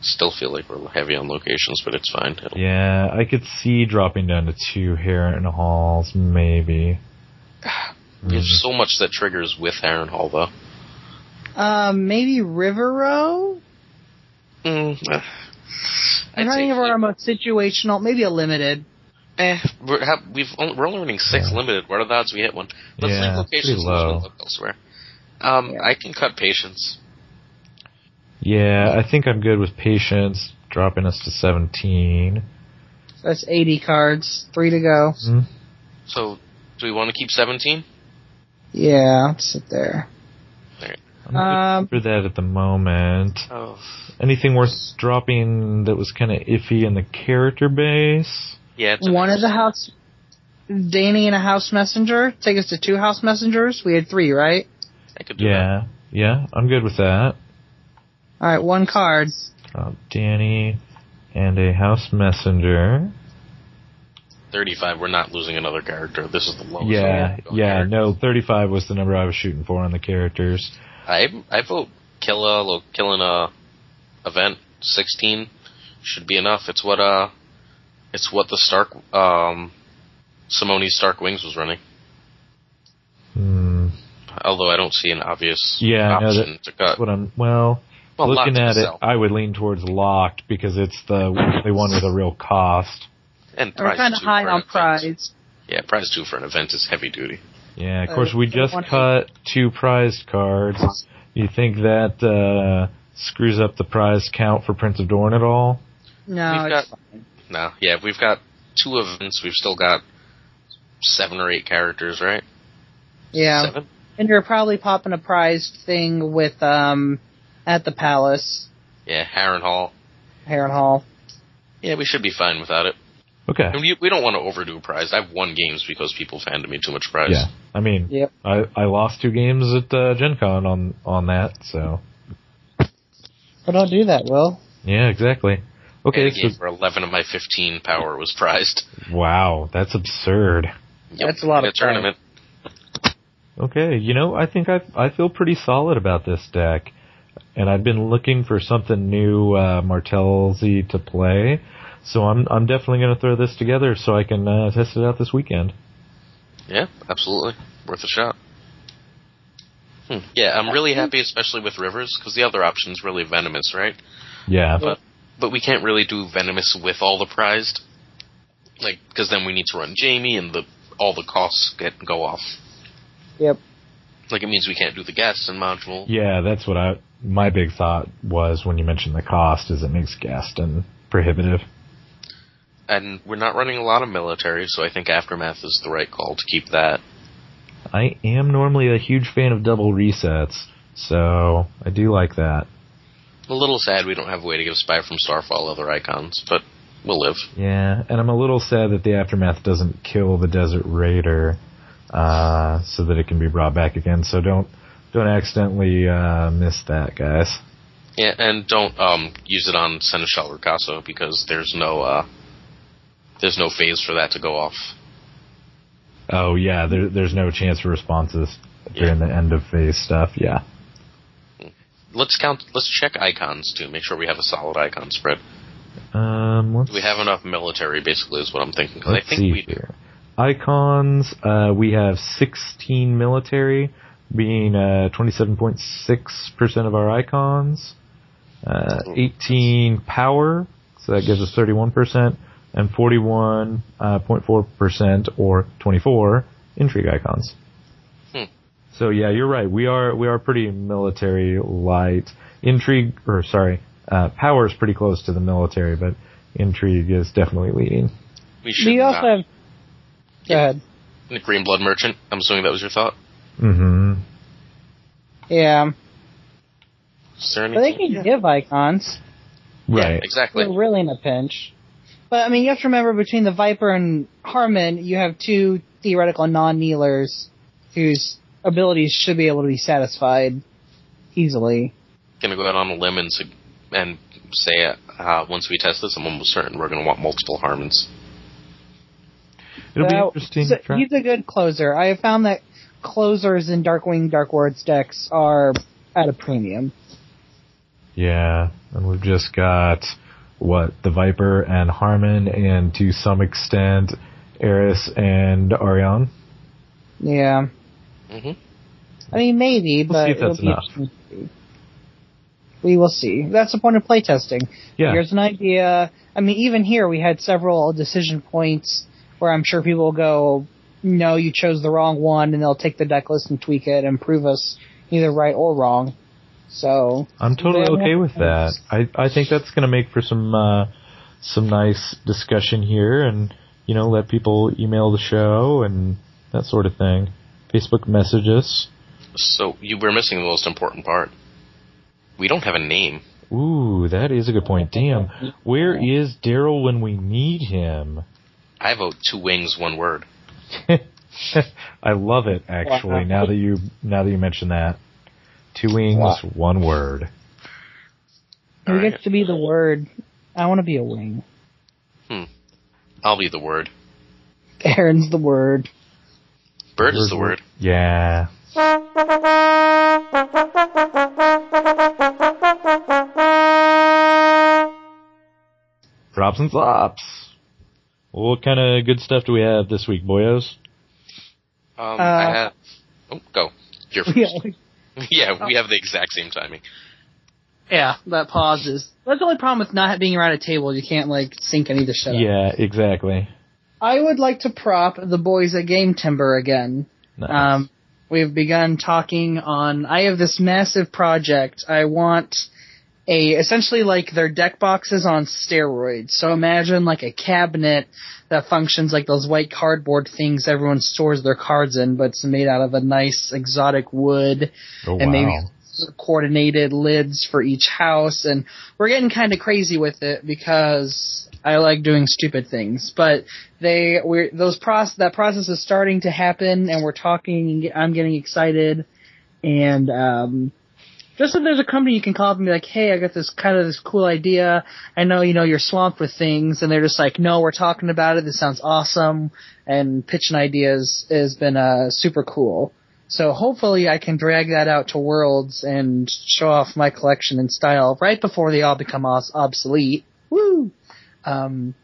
Still feel like we're heavy on locations, but it's fine. It'll-
Yeah, I could see dropping down to two Heron Halls, maybe.
There's so much that triggers with Heron Hall, though.
Um, maybe River Row?
Mm, eh.
I'm
I'd
running
say-
over our most situational, maybe a limited.
Eh, we're, have, we've only, we're only running six limited. What are the odds we hit one? Let's
Yeah,
leave
it's pretty
locations and
low.
we'll look elsewhere. Um, I can cut patience.
Yeah, I think I'm good with patience, dropping us to 17.
That's 80 cards. Three to go.
So, do we want to keep 17?
Yeah, sit there.
I'm good
Um,
for that at the moment.
Oh.
Anything worth dropping that was kind of iffy in the character base?
Yeah, it's
One of the house, Danny and a house messenger. Take us to two house messengers. We had three, right?
I could do that.
Yeah, yeah, I'm good with that.
All right, one card.
Drop Danny and a house messenger.
35, we're not losing another character. This is the lowest.
yeah,
we've got
yeah,
Oh, characters.
no, 35 was the number I was shooting for on the characters.
I, I vote kill a, lo- kill an, uh, event. 16 should be enough. It's what, uh, it's what the Stark, um, Simone's Stark Wings was running.
Hmm.
Although I don't see an obvious
Yeah, I know
option to cut.
That's what I'm. Well,
Well,
looking at
locked
it,
itself.
I would lean towards locked because it's the only one with a real cost.
and
We're
prize
kind of
two
high
for an
on
event.
prize.
Yeah, prize two for an event is heavy duty.
Yeah, of
Uh,
course we just
one-
cut two prized cards. You think that uh, screws up the prize count for Prince of Dorn at all?
No,
We've
it's
got- No, yeah, if we've got two events. We've still got seven or eight characters, right?
yeah.
Seven?
And you're probably popping a prize thing with um at the palace,
Yeah, Harren Hall.
Heron Hall.
Yeah, we should be fine without it.
Okay.
I mean, you- we don't want to overdo prize. I've won games because people handed me too much prize.
Yeah. I mean,
Yep.
I, I lost two games at uh, Gen Con on, on that, so.
But don't do that, Will.
Yeah, exactly.
Okay,
Okay,
game where 11 of my 15 power was prized.
so, wow, that's absurd.
That's a lot
in
of
a tournament.
Okay, you know, I think I I feel pretty solid about this deck, and I've been looking for something new uh, Martelzi to play, so I'm I'm definitely going to throw this together so I can uh, test it out this weekend.
Yeah, absolutely. Worth a shot. Hmm. Yeah, I'm really happy, especially with Rivers, because the other option's really Venomous, right?
Yeah,
But but we can't really do Venomous with all the prized, like because then we need to run Jamie and the all the costs get go off.
Yep.
Like it means we can't do the gas and module.
yeah, that's what I my big thought was when you mentioned the cost is it makes Gaston prohibitive.
And we're not running a lot of military, so I think Aftermath is the right call to keep that.
I am normally a huge fan of double resets, so I do like that.
I'm a little sad we don't have a way to give Spy from Starfall other icons, but we'll live.
Yeah, and I'm a little sad that the aftermath doesn't kill the desert raider, uh, so that it can be brought back again. So don't don't accidentally uh, miss that, guys.
Yeah, and don't um, use it on Seneschal or Casso because there's no uh, there's no phase for that to go off.
Oh yeah, there, there's no chance for responses during the end of phase stuff. Yeah,
Let's count. Let's check icons too. Make sure we have a solid icon spread.
um, let's,
Do we have enough military? Basically, is what I'm thinking. 'Cause
let's
I think
see
we do.
here. Icons. Uh, we have 16 military, being uh, 27.6 percent of our icons. Uh,
Mm-hmm.
18 power, so that gives us 31%, and uh, 41.4% or 24 intrigue icons.
Hmm.
So yeah, you're right. We are we are pretty military light. Intrigue, or sorry, uh, power is pretty close to the military, but intrigue is definitely leading.
We should
We also
not.
have. Go ahead.
The Green Blood Merchant. I'm assuming that was your thought.
Mm-hmm.
Yeah,
Is there
but they
anything?
can give icons.
Yeah,
Right.
exactly.
We're really in a pinch. But I mean, you have to remember between the Viper and Harmon, you have two theoretical non-kneelers whose abilities should be able to be satisfied easily.
Gonna go out on a limb and sig- and say uh, once we test this, I'm almost certain we're gonna want multiple Harmons.
It'll be
Well,
interesting.
so
to try.
he's a good closer. I have found that closers in Darkwing Dark Lords decks are at a premium.
Yeah, and we've just got what the Viper and Harmon, and to some extent, Eris and Arion.
Yeah.
hmm
I mean, maybe,
We'll see
but
if that's
it'll be
enough.
interesting to see. We will see. That's the point of playtesting.
Yeah,
Here's an idea. I mean, even here we had several decision points where I'm sure people will go, no, you chose the wrong one, and they'll take the deck list and tweak it and prove us either right or wrong. So,
I'm totally
Yeah,
okay
yeah.
with that. I I think that's going to make for some uh, some nice discussion here, and you know, let people email the show and that sort of thing. Facebook messages.
So you were missing the most important part. We don't have a name.
Ooh, that is a good point. Damn, where is Daryl when we need him?
I vote two wings, one word.
I love it actually.
Wow.
Now that you now that you mention that, two wings,
Wow.
one word.
who
Alright.
gets to be the word? I want to be a wing.
I'll be the word.
Aaron's the word.
Bird is the word.
Yeah. Drops and flops. What kind of good stuff do we have this week, boyos?
Um,
Uh,
I have. Oh, go. You're first.
Yeah,
yeah, we have the exact same timing.
yeah, that pauses. That's the only problem with not being around a table. You can't like sync any of the shit up.
Yeah, exactly.
I would like to prop the boys at Game Timber again.
Nice.
Um, we've begun talking on. I have this massive project. I want a essentially like their deck boxes on steroids. So imagine like a cabinet that functions like those white cardboard things everyone stores their cards in, but it's made out of a nice exotic wood
oh,
and maybe
wow.
coordinated lids for each house and we're getting kind of crazy with it because I like doing stupid things but they we're those process that process is starting to happen and we're talking I'm getting excited and um just if there's a company you can call up and be like, hey, I got this kind of this cool idea. I know, you know, you're swamped with things and they're just like, no, we're talking about it. This sounds awesome. And pitching ideas has been, uh, super cool. So hopefully I can drag that out to Worlds and show off my collection and style right before they all become os- obsolete. Woo! Um,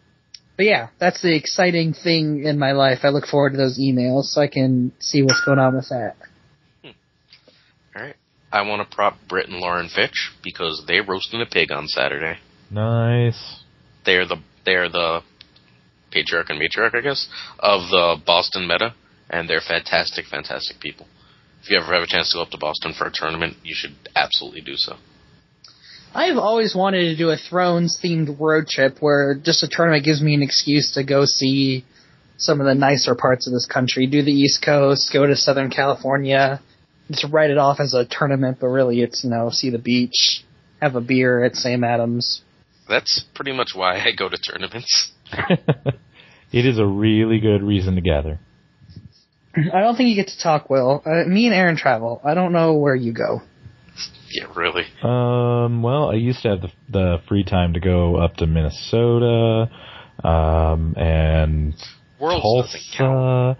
but yeah, that's the exciting thing in my life. I look forward to those emails so I can see what's going on with that.
I want to prop Britt and Lauren Fitch because they're roasting a pig on Saturday.
nice.
They're the they're the patriarch and matriarch, I guess, of the Boston meta, and they're fantastic, fantastic people. If you ever have a chance to go up to Boston for a tournament, you should absolutely do so.
I've always wanted to do a Thrones themed road trip where just a tournament gives me an excuse to go see some of the nicer parts of this country, do the East Coast, go to Southern California, just write it off as a tournament, but really it's, you know, see the beach, have a beer at Sam Adams.
That's pretty much why I go to tournaments.
it is a really good reason to gather.
I don't think you get to talk, Will. Uh, me and Aaron travel. I don't know where you go.
Yeah, really.
Um, well, I used to have the, the free time to go up to Minnesota, um, and
Worlds
Tulsa.
doesn't count.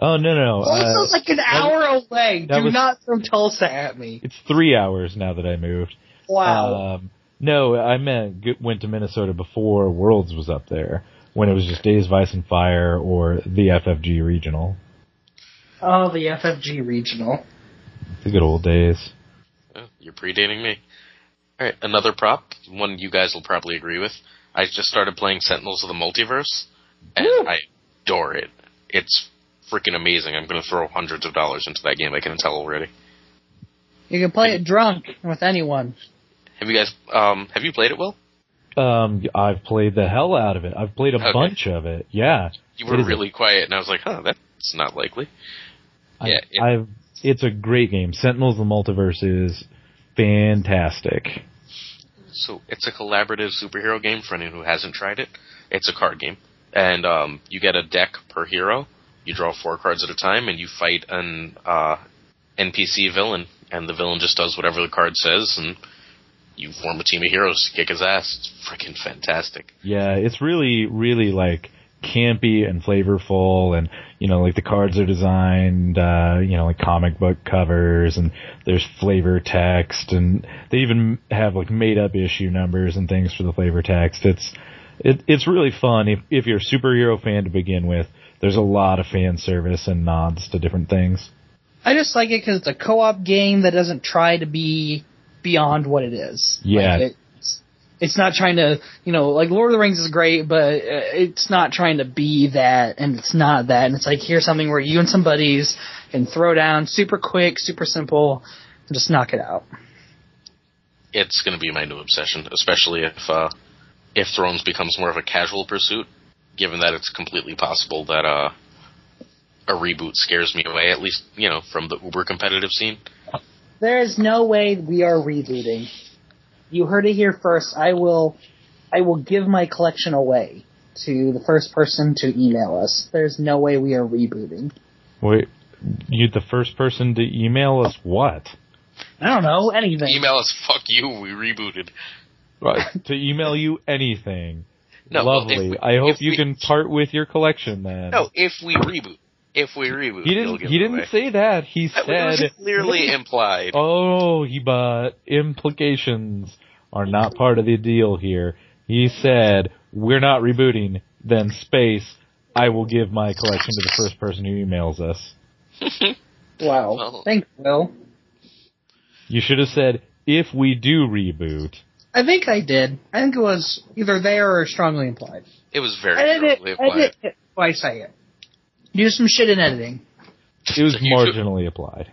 Oh no no! no. Uh,
Tulsa's like an hour away.
that
Do
was-
not throw Tulsa at me. Uh,
it's three hours now that I moved.
Wow.
Um, no, I meant g- went to Minnesota before Worlds was up there when it was just Days of Ice and Fire or the FFG regional.
oh, the FFG regional.
The good old days.
Oh, You're predating me. All right, another prop, one you guys will probably agree with. I just started playing Sentinels of the Multiverse, and
Woo.
I adore it. It's freaking amazing. I'm going to throw hundreds of dollars into that game. I can tell already.
You can play it drunk with anyone.
Have you guys? Um, have you played it? Will
Um, I've played the hell out of it. I've played a
Okay.
bunch of it. Yeah,
You
It
were
is a-
really quiet, and I was like, huh, that's not likely.
I-
Yeah, it-
I've. It's a great game. Sentinels of the Multiverse is fantastic.
So it's a collaborative superhero game for anyone who hasn't tried it. It's a card game, and um, you get a deck per hero. You draw four cards at a time, and you fight an uh, NPC villain. And the villain just does whatever the card says, and you form a team of heroes to kick his ass. It's freaking fantastic.
Yeah, it's really, really like campy and flavorful and you know like the cards are designed uh you know like comic book covers and there's flavor text and they even have like made up issue numbers and things for the flavor text it's it, it's really fun if if you're a superhero fan to begin with there's a lot of fan service and nods to different things
I just like it because it's a co-op game that doesn't try to be beyond what it is.
Yeah.
Like it's, it's not trying to, you know, like Lord of the Rings is great, but uh, it's not trying to be that, and it's not that, and it's like here's something where you and some buddies can throw down super quick, super simple, and just knock it out.
It's going to be my new obsession, especially if uh, if Thrones becomes more of a casual pursuit. Given that it's completely possible that uh, a reboot scares me away, at least you know from the uber competitive scene.
There is no way we are rebooting. You heard it here first. I will, I will give my collection away to the first person to email us. There's no way we are rebooting.
wait you the first person to email us what
I don't know anything.
Email us, fuck you, we rebooted.
to email you anything
No, well,
Lovely.
if we-
I hope
if
you
we-
can part with your collection then.
No, if we reboot. If we reboot.
he
you'll
didn't.
give
He
it
didn't
away.
say that. He
That was
said,
clearly implied.
"Oh, he but implications are not part of the deal here." He said, "We're not rebooting." Then space. I will give my collection to the first person who emails us. Oh.
Wow.
Well-
Thanks, Will.
You should have said, "If we do reboot."
I think I did. I think it was either there or strongly implied.
It was very
I did
strongly
it. I did
implied.
it twice. I get. Do some shit in editing.
It was
You should-
marginally applied.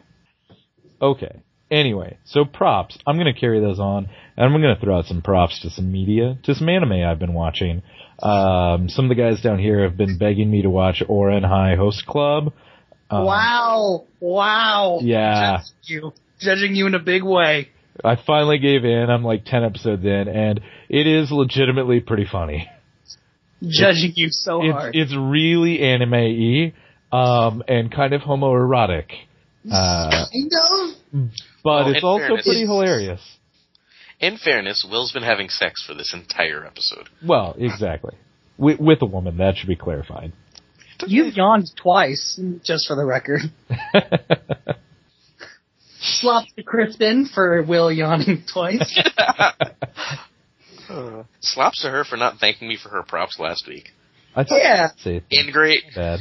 Okay. Anyway, so props. I'm going to carry those on, and I'm going to throw out some props to some media, to some anime I've been watching. Um, some of the guys down here have been begging me to watch Oren High Host Club.
Uh-huh.
Um,
wow. Wow.
Yeah.
Judging you. Judging you in a big way.
I finally gave in. I'm like 10 episodes in, and it is legitimately pretty funny.
Judging you so
It's,
hard.
it's really anime-y, um, and kind of homoerotic. Uh,
kind of.
but
Well,
it's
Oh, in
also
fairness-
pretty hilarious.
In fairness, Will's been having sex for this entire episode.
Well, exactly. With, with a woman, that should be clarified.
You've yawned twice, just for the record. Slop to Kristen for Will yawning twice.
Slops to her for not thanking me for her props last week.
I thought
Yeah.
you'd say it's
Ingrate.
bad.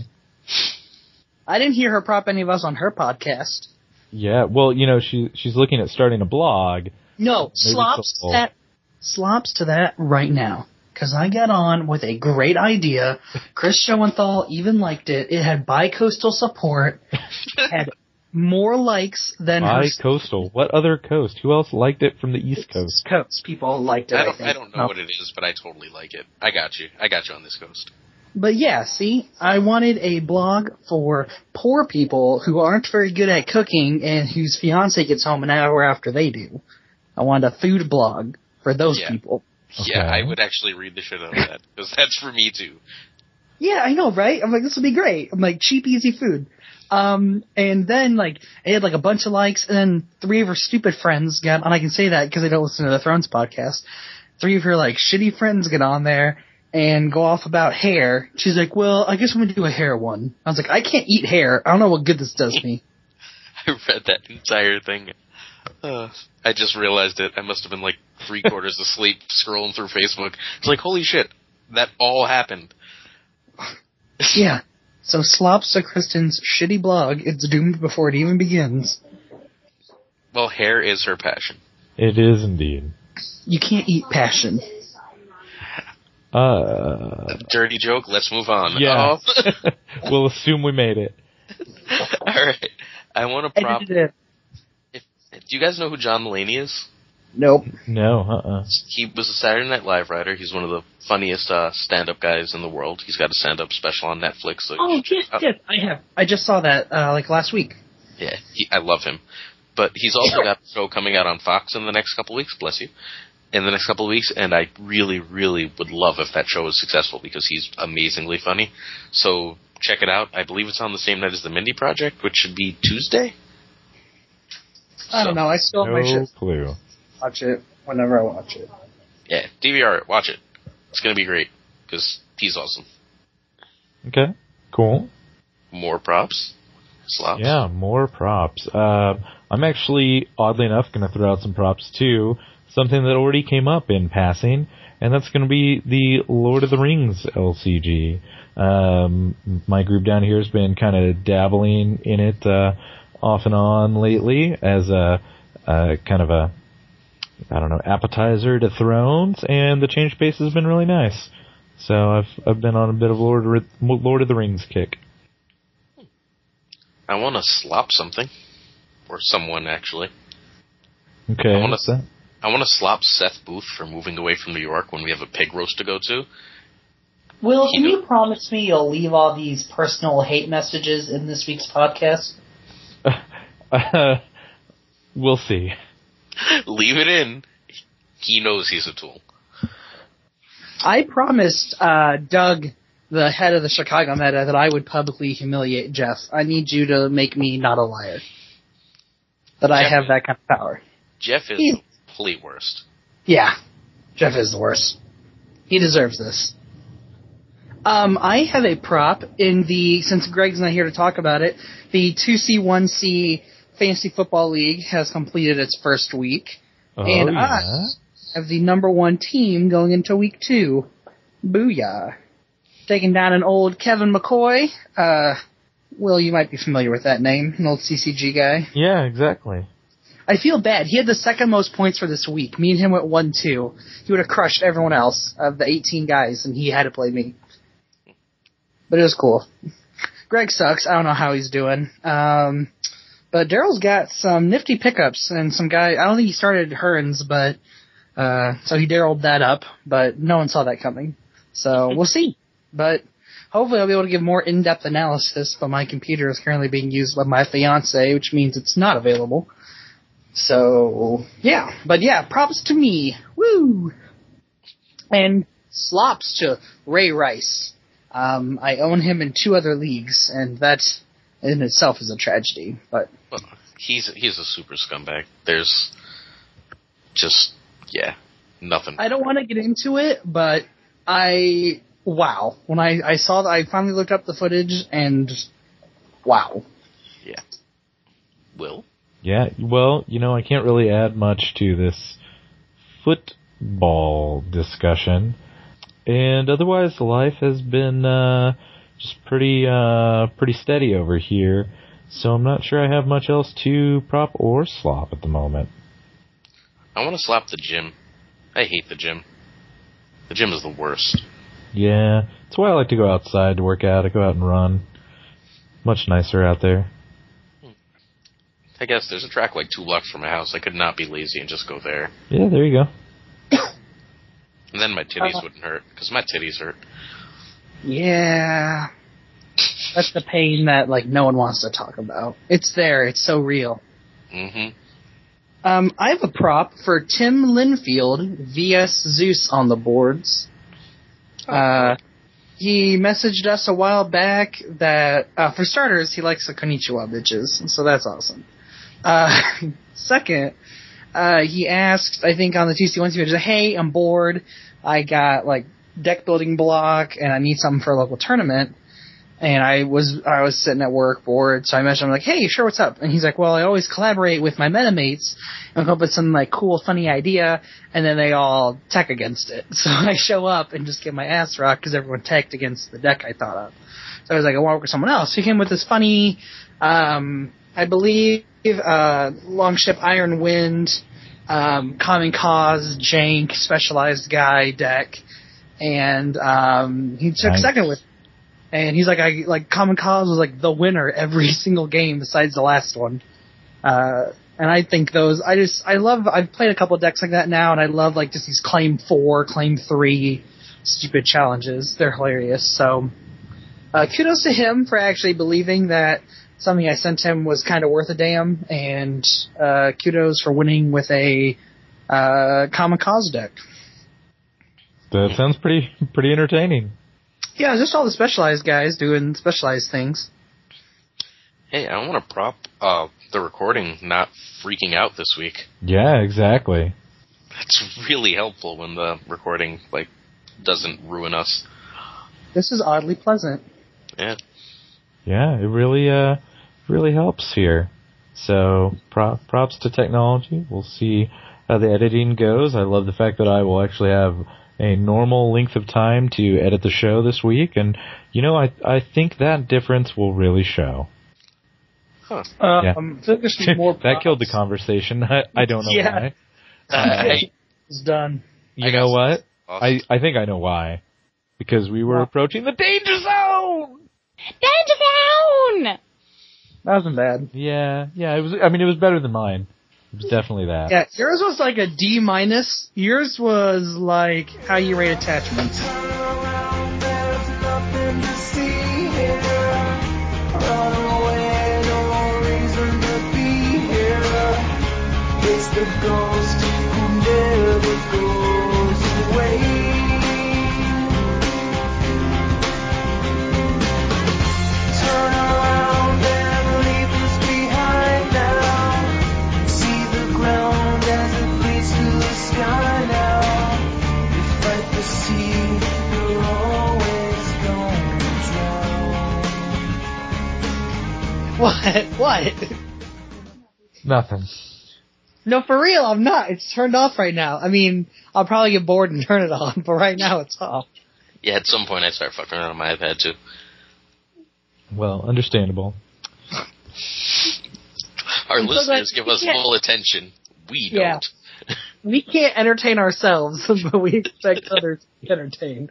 I didn't hear her prop any of us on her podcast.
Yeah, well, you know, she she's looking at starting a blog.
No,
Maybe
slops
so.
that slops to that right now. Cause I got on with a great idea. Chris Schoenthal even liked it. It had bi-coastal support. had more likes than her
By
East
coastal. What other coast? Who else liked it from the East Coast?
coast people liked it.
I
I,
don't,
think.
I don't know what it is, but I totally like it. I got you. I got you on this coast.
But yeah, see, I wanted a blog for poor people who aren't very good at cooking and whose fiance gets home an hour after they do. I wanted a food blog for those
Yeah.
people.
Yeah,
Okay.
I would actually read the shit out of that because that's for me too.
Yeah, I know, right? I'm like, this would be great. I'm like, cheap, easy food. Um, and then like, it had like a bunch of likes, and then three of her stupid friends got, and I can say that because I don't listen to the Thrones podcast. Three of her like shitty friends get on there and go off about hair. She's like, well, I guess I'm gonna do a hair one. I was like, I can't eat hair. I don't know what good this does me.
I read that entire thing. Uh, I just realized it. I must have been like three quarters asleep scrolling through Facebook. It's like, holy shit, that all happened.
yeah. So Slopsa Kristen's shitty blog, it's doomed before it even begins.
Well, hair is her passion.
It is indeed.
You can't eat passion.
Uh,
Dirty joke, let's move on.
yeah.
Oh.
we'll assume we made it.
Alright. I want to prop.
Edited it.
Do you guys know who John Mulaney is?
Nope.
No, uh-uh.
He was a Saturday Night Live writer. He's one of the funniest uh, stand-up guys in the world. He's got a stand-up special on Netflix. So you
Oh
should check
yes,
it out.
yes, I have. I just saw that uh, like last week.
Yeah, he, I love him. But he's also got a show coming out on Fox in the next couple of weeks, bless you, in the next couple of weeks, and I really, really would love if that show is successful because he's amazingly funny. So check it out. I believe it's on the same night as The Mindy Project, which should be Tuesday.
I don't
So,
know. I still have my
No
shit.
clue.
Watch it whenever I watch it.
Yeah, DVR it. Watch it. It's going to be great because he's awesome.
Okay. Cool.
More props. Slops.
Yeah, more props. Uh, I'm actually, oddly enough, going to throw out some props too. Something that already came up in passing, and that's going to be the Lord of the Rings LCG. Um, my group down here has been kind of dabbling in it uh, off and on lately as a, a kind of a I don't know appetizer to Thrones, and the change pace has been really nice. So I've I've been on a bit of Lord of, the- Lord of the Rings kick.
I want to slop something. Or someone, actually.
Okay,
I wanna-
what's that?
I want to slop Seth Booth for moving away from New York when we have a pig roast to go to.
Will,
can
can
you
you promise me you'll leave all these personal hate messages in this week's podcast?
Uh, we'll see.
Leave it in. He knows he's a tool.
I promised uh, Doug, the head of the Chicago Meta, that I would publicly humiliate Jeff. I need you to make me not a liar. That I
Jeff-
have that kind of power.
Jeff is
He's-
the complete worst.
Yeah, Jeff is the worst. He deserves this. Um, I have a prop in the since Greg's not here to talk about it. The two C one C Fantasy Football League has completed its first week. And
oh, yeah.
I- of the number one team going into week two. Booyah. Taking down an old Kevin McCoy. Uh, Will, you might be familiar with that name, an old CCG guy.
Yeah, exactly.
I feel bad. He had the second most points for this week. Me and him went 1 2. He would have crushed everyone else of the 18 guys, and he had to play me. But it was cool. Greg sucks. I don't know how he's doing. Um, but Daryl's got some nifty pickups and some guy. I don't think he started Hearns, but uh, so he Daryled that up. But no one saw that coming. So we'll see. But hopefully I'll be able to give more in-depth analysis. But my computer is currently being used by my fiance, which means it's not available. So yeah, but yeah, props to me. Woo! And slops to Ray Rice. Um, I own him in two other leagues, and that in itself is a tragedy. But
Well, he's he's a super scumbag. There's just yeah, nothing.
I don't want to get into it, but I wow when I I saw that I finally looked up the footage and wow.
Will
Yeah, well, you know, I can't really add much to this football discussion. And otherwise, life has been uh, just pretty uh, pretty steady over here. So I'm not sure I have much else to prop or slop at the moment.
I want to slap the gym? I hate the gym. The gym is the worst.
Yeah, that's why I like to go outside to work out. I go out and run. Much nicer out there.
I guess there's a track like two blocks from my house. I could not be lazy and just go there.
Yeah, there you go.
And then my titties wouldn't hurt because my titties hurt.
Yeah. That's the pain that like no one wants to talk about. It's there. It's so real.
hmm
Um, I have a prop for Tim Linfield vs. Zeus on the boards. Uh, he messaged us a while back that, uh, for starters, he likes the Konichiwa bitches, so that's awesome. Uh, second, uh, he asked, I think on the TC1 page, hey, I'm bored. I got like deck building block and I need something for a local tournament. And I was I was sitting at work bored, so I mentioned I'm like, "Hey, sure, what's up?" And he's like, "Well, I always collaborate with my metamates and come up with some like cool, funny idea, and then they all tech against it." So I show up and just get my ass rocked because everyone teched against the deck I thought of. So I was like, "I want to work with someone else." He came with this funny, um, I believe, uh, Longship Iron Wind, um, Common Cause Jank specialized guy deck, and um, he took
Nice.
second with and he's like, I like Common Cause was like the winner every single game besides the last one. Uh, And I think those, I just, I love, I've played a couple decks like that now, and I love like just these claim four, claim three stupid challenges. They're hilarious. So, uh, kudos to him for actually believing that something I sent him was kind of worth a damn, and uh, kudos for winning with a uh, kamikaze deck.
That sounds pretty pretty entertaining.
Yeah, just all the specialized guys doing specialized things.
Hey, I want to prop uh, the recording not freaking out this week.
Yeah, exactly.
That's really helpful when the recording like doesn't ruin us.
This is oddly pleasant.
Yeah.
Yeah, it really uh really helps here. So prop, props to technology. We'll see how the editing goes. I love the fact that I will actually have a normal length of time to edit the show this week, and you know I I think that difference will really show.
Huh.
Uh,
Yeah.
um, I feel like there should be more
that killed the
props.
conversation. I, I don't know
Yeah.
why.
Uh,
I,
It's done.
You
I
know
guess.
what? I
I,
I think I know why. Because we were
Why?
approaching the danger zone.
Danger Zone!
That wasn't bad.
Yeah, yeah. It was. I mean, it was better than mine. It was definitely that.
Yeah, yours was like a D minus. Yours was like how you rate attachments. What? What?
Nothing.
No, for real, I'm not. It's turned off right now. I mean, I'll probably get bored and turn it on, but right now it's off.
yeah, at some point I start fucking around on my iPad too.
Well, understandable.
Our
It's like-
listeners give us
yeah.
full attention. We
Yeah.
don't.
We can't entertain ourselves, but we expect others to be entertained.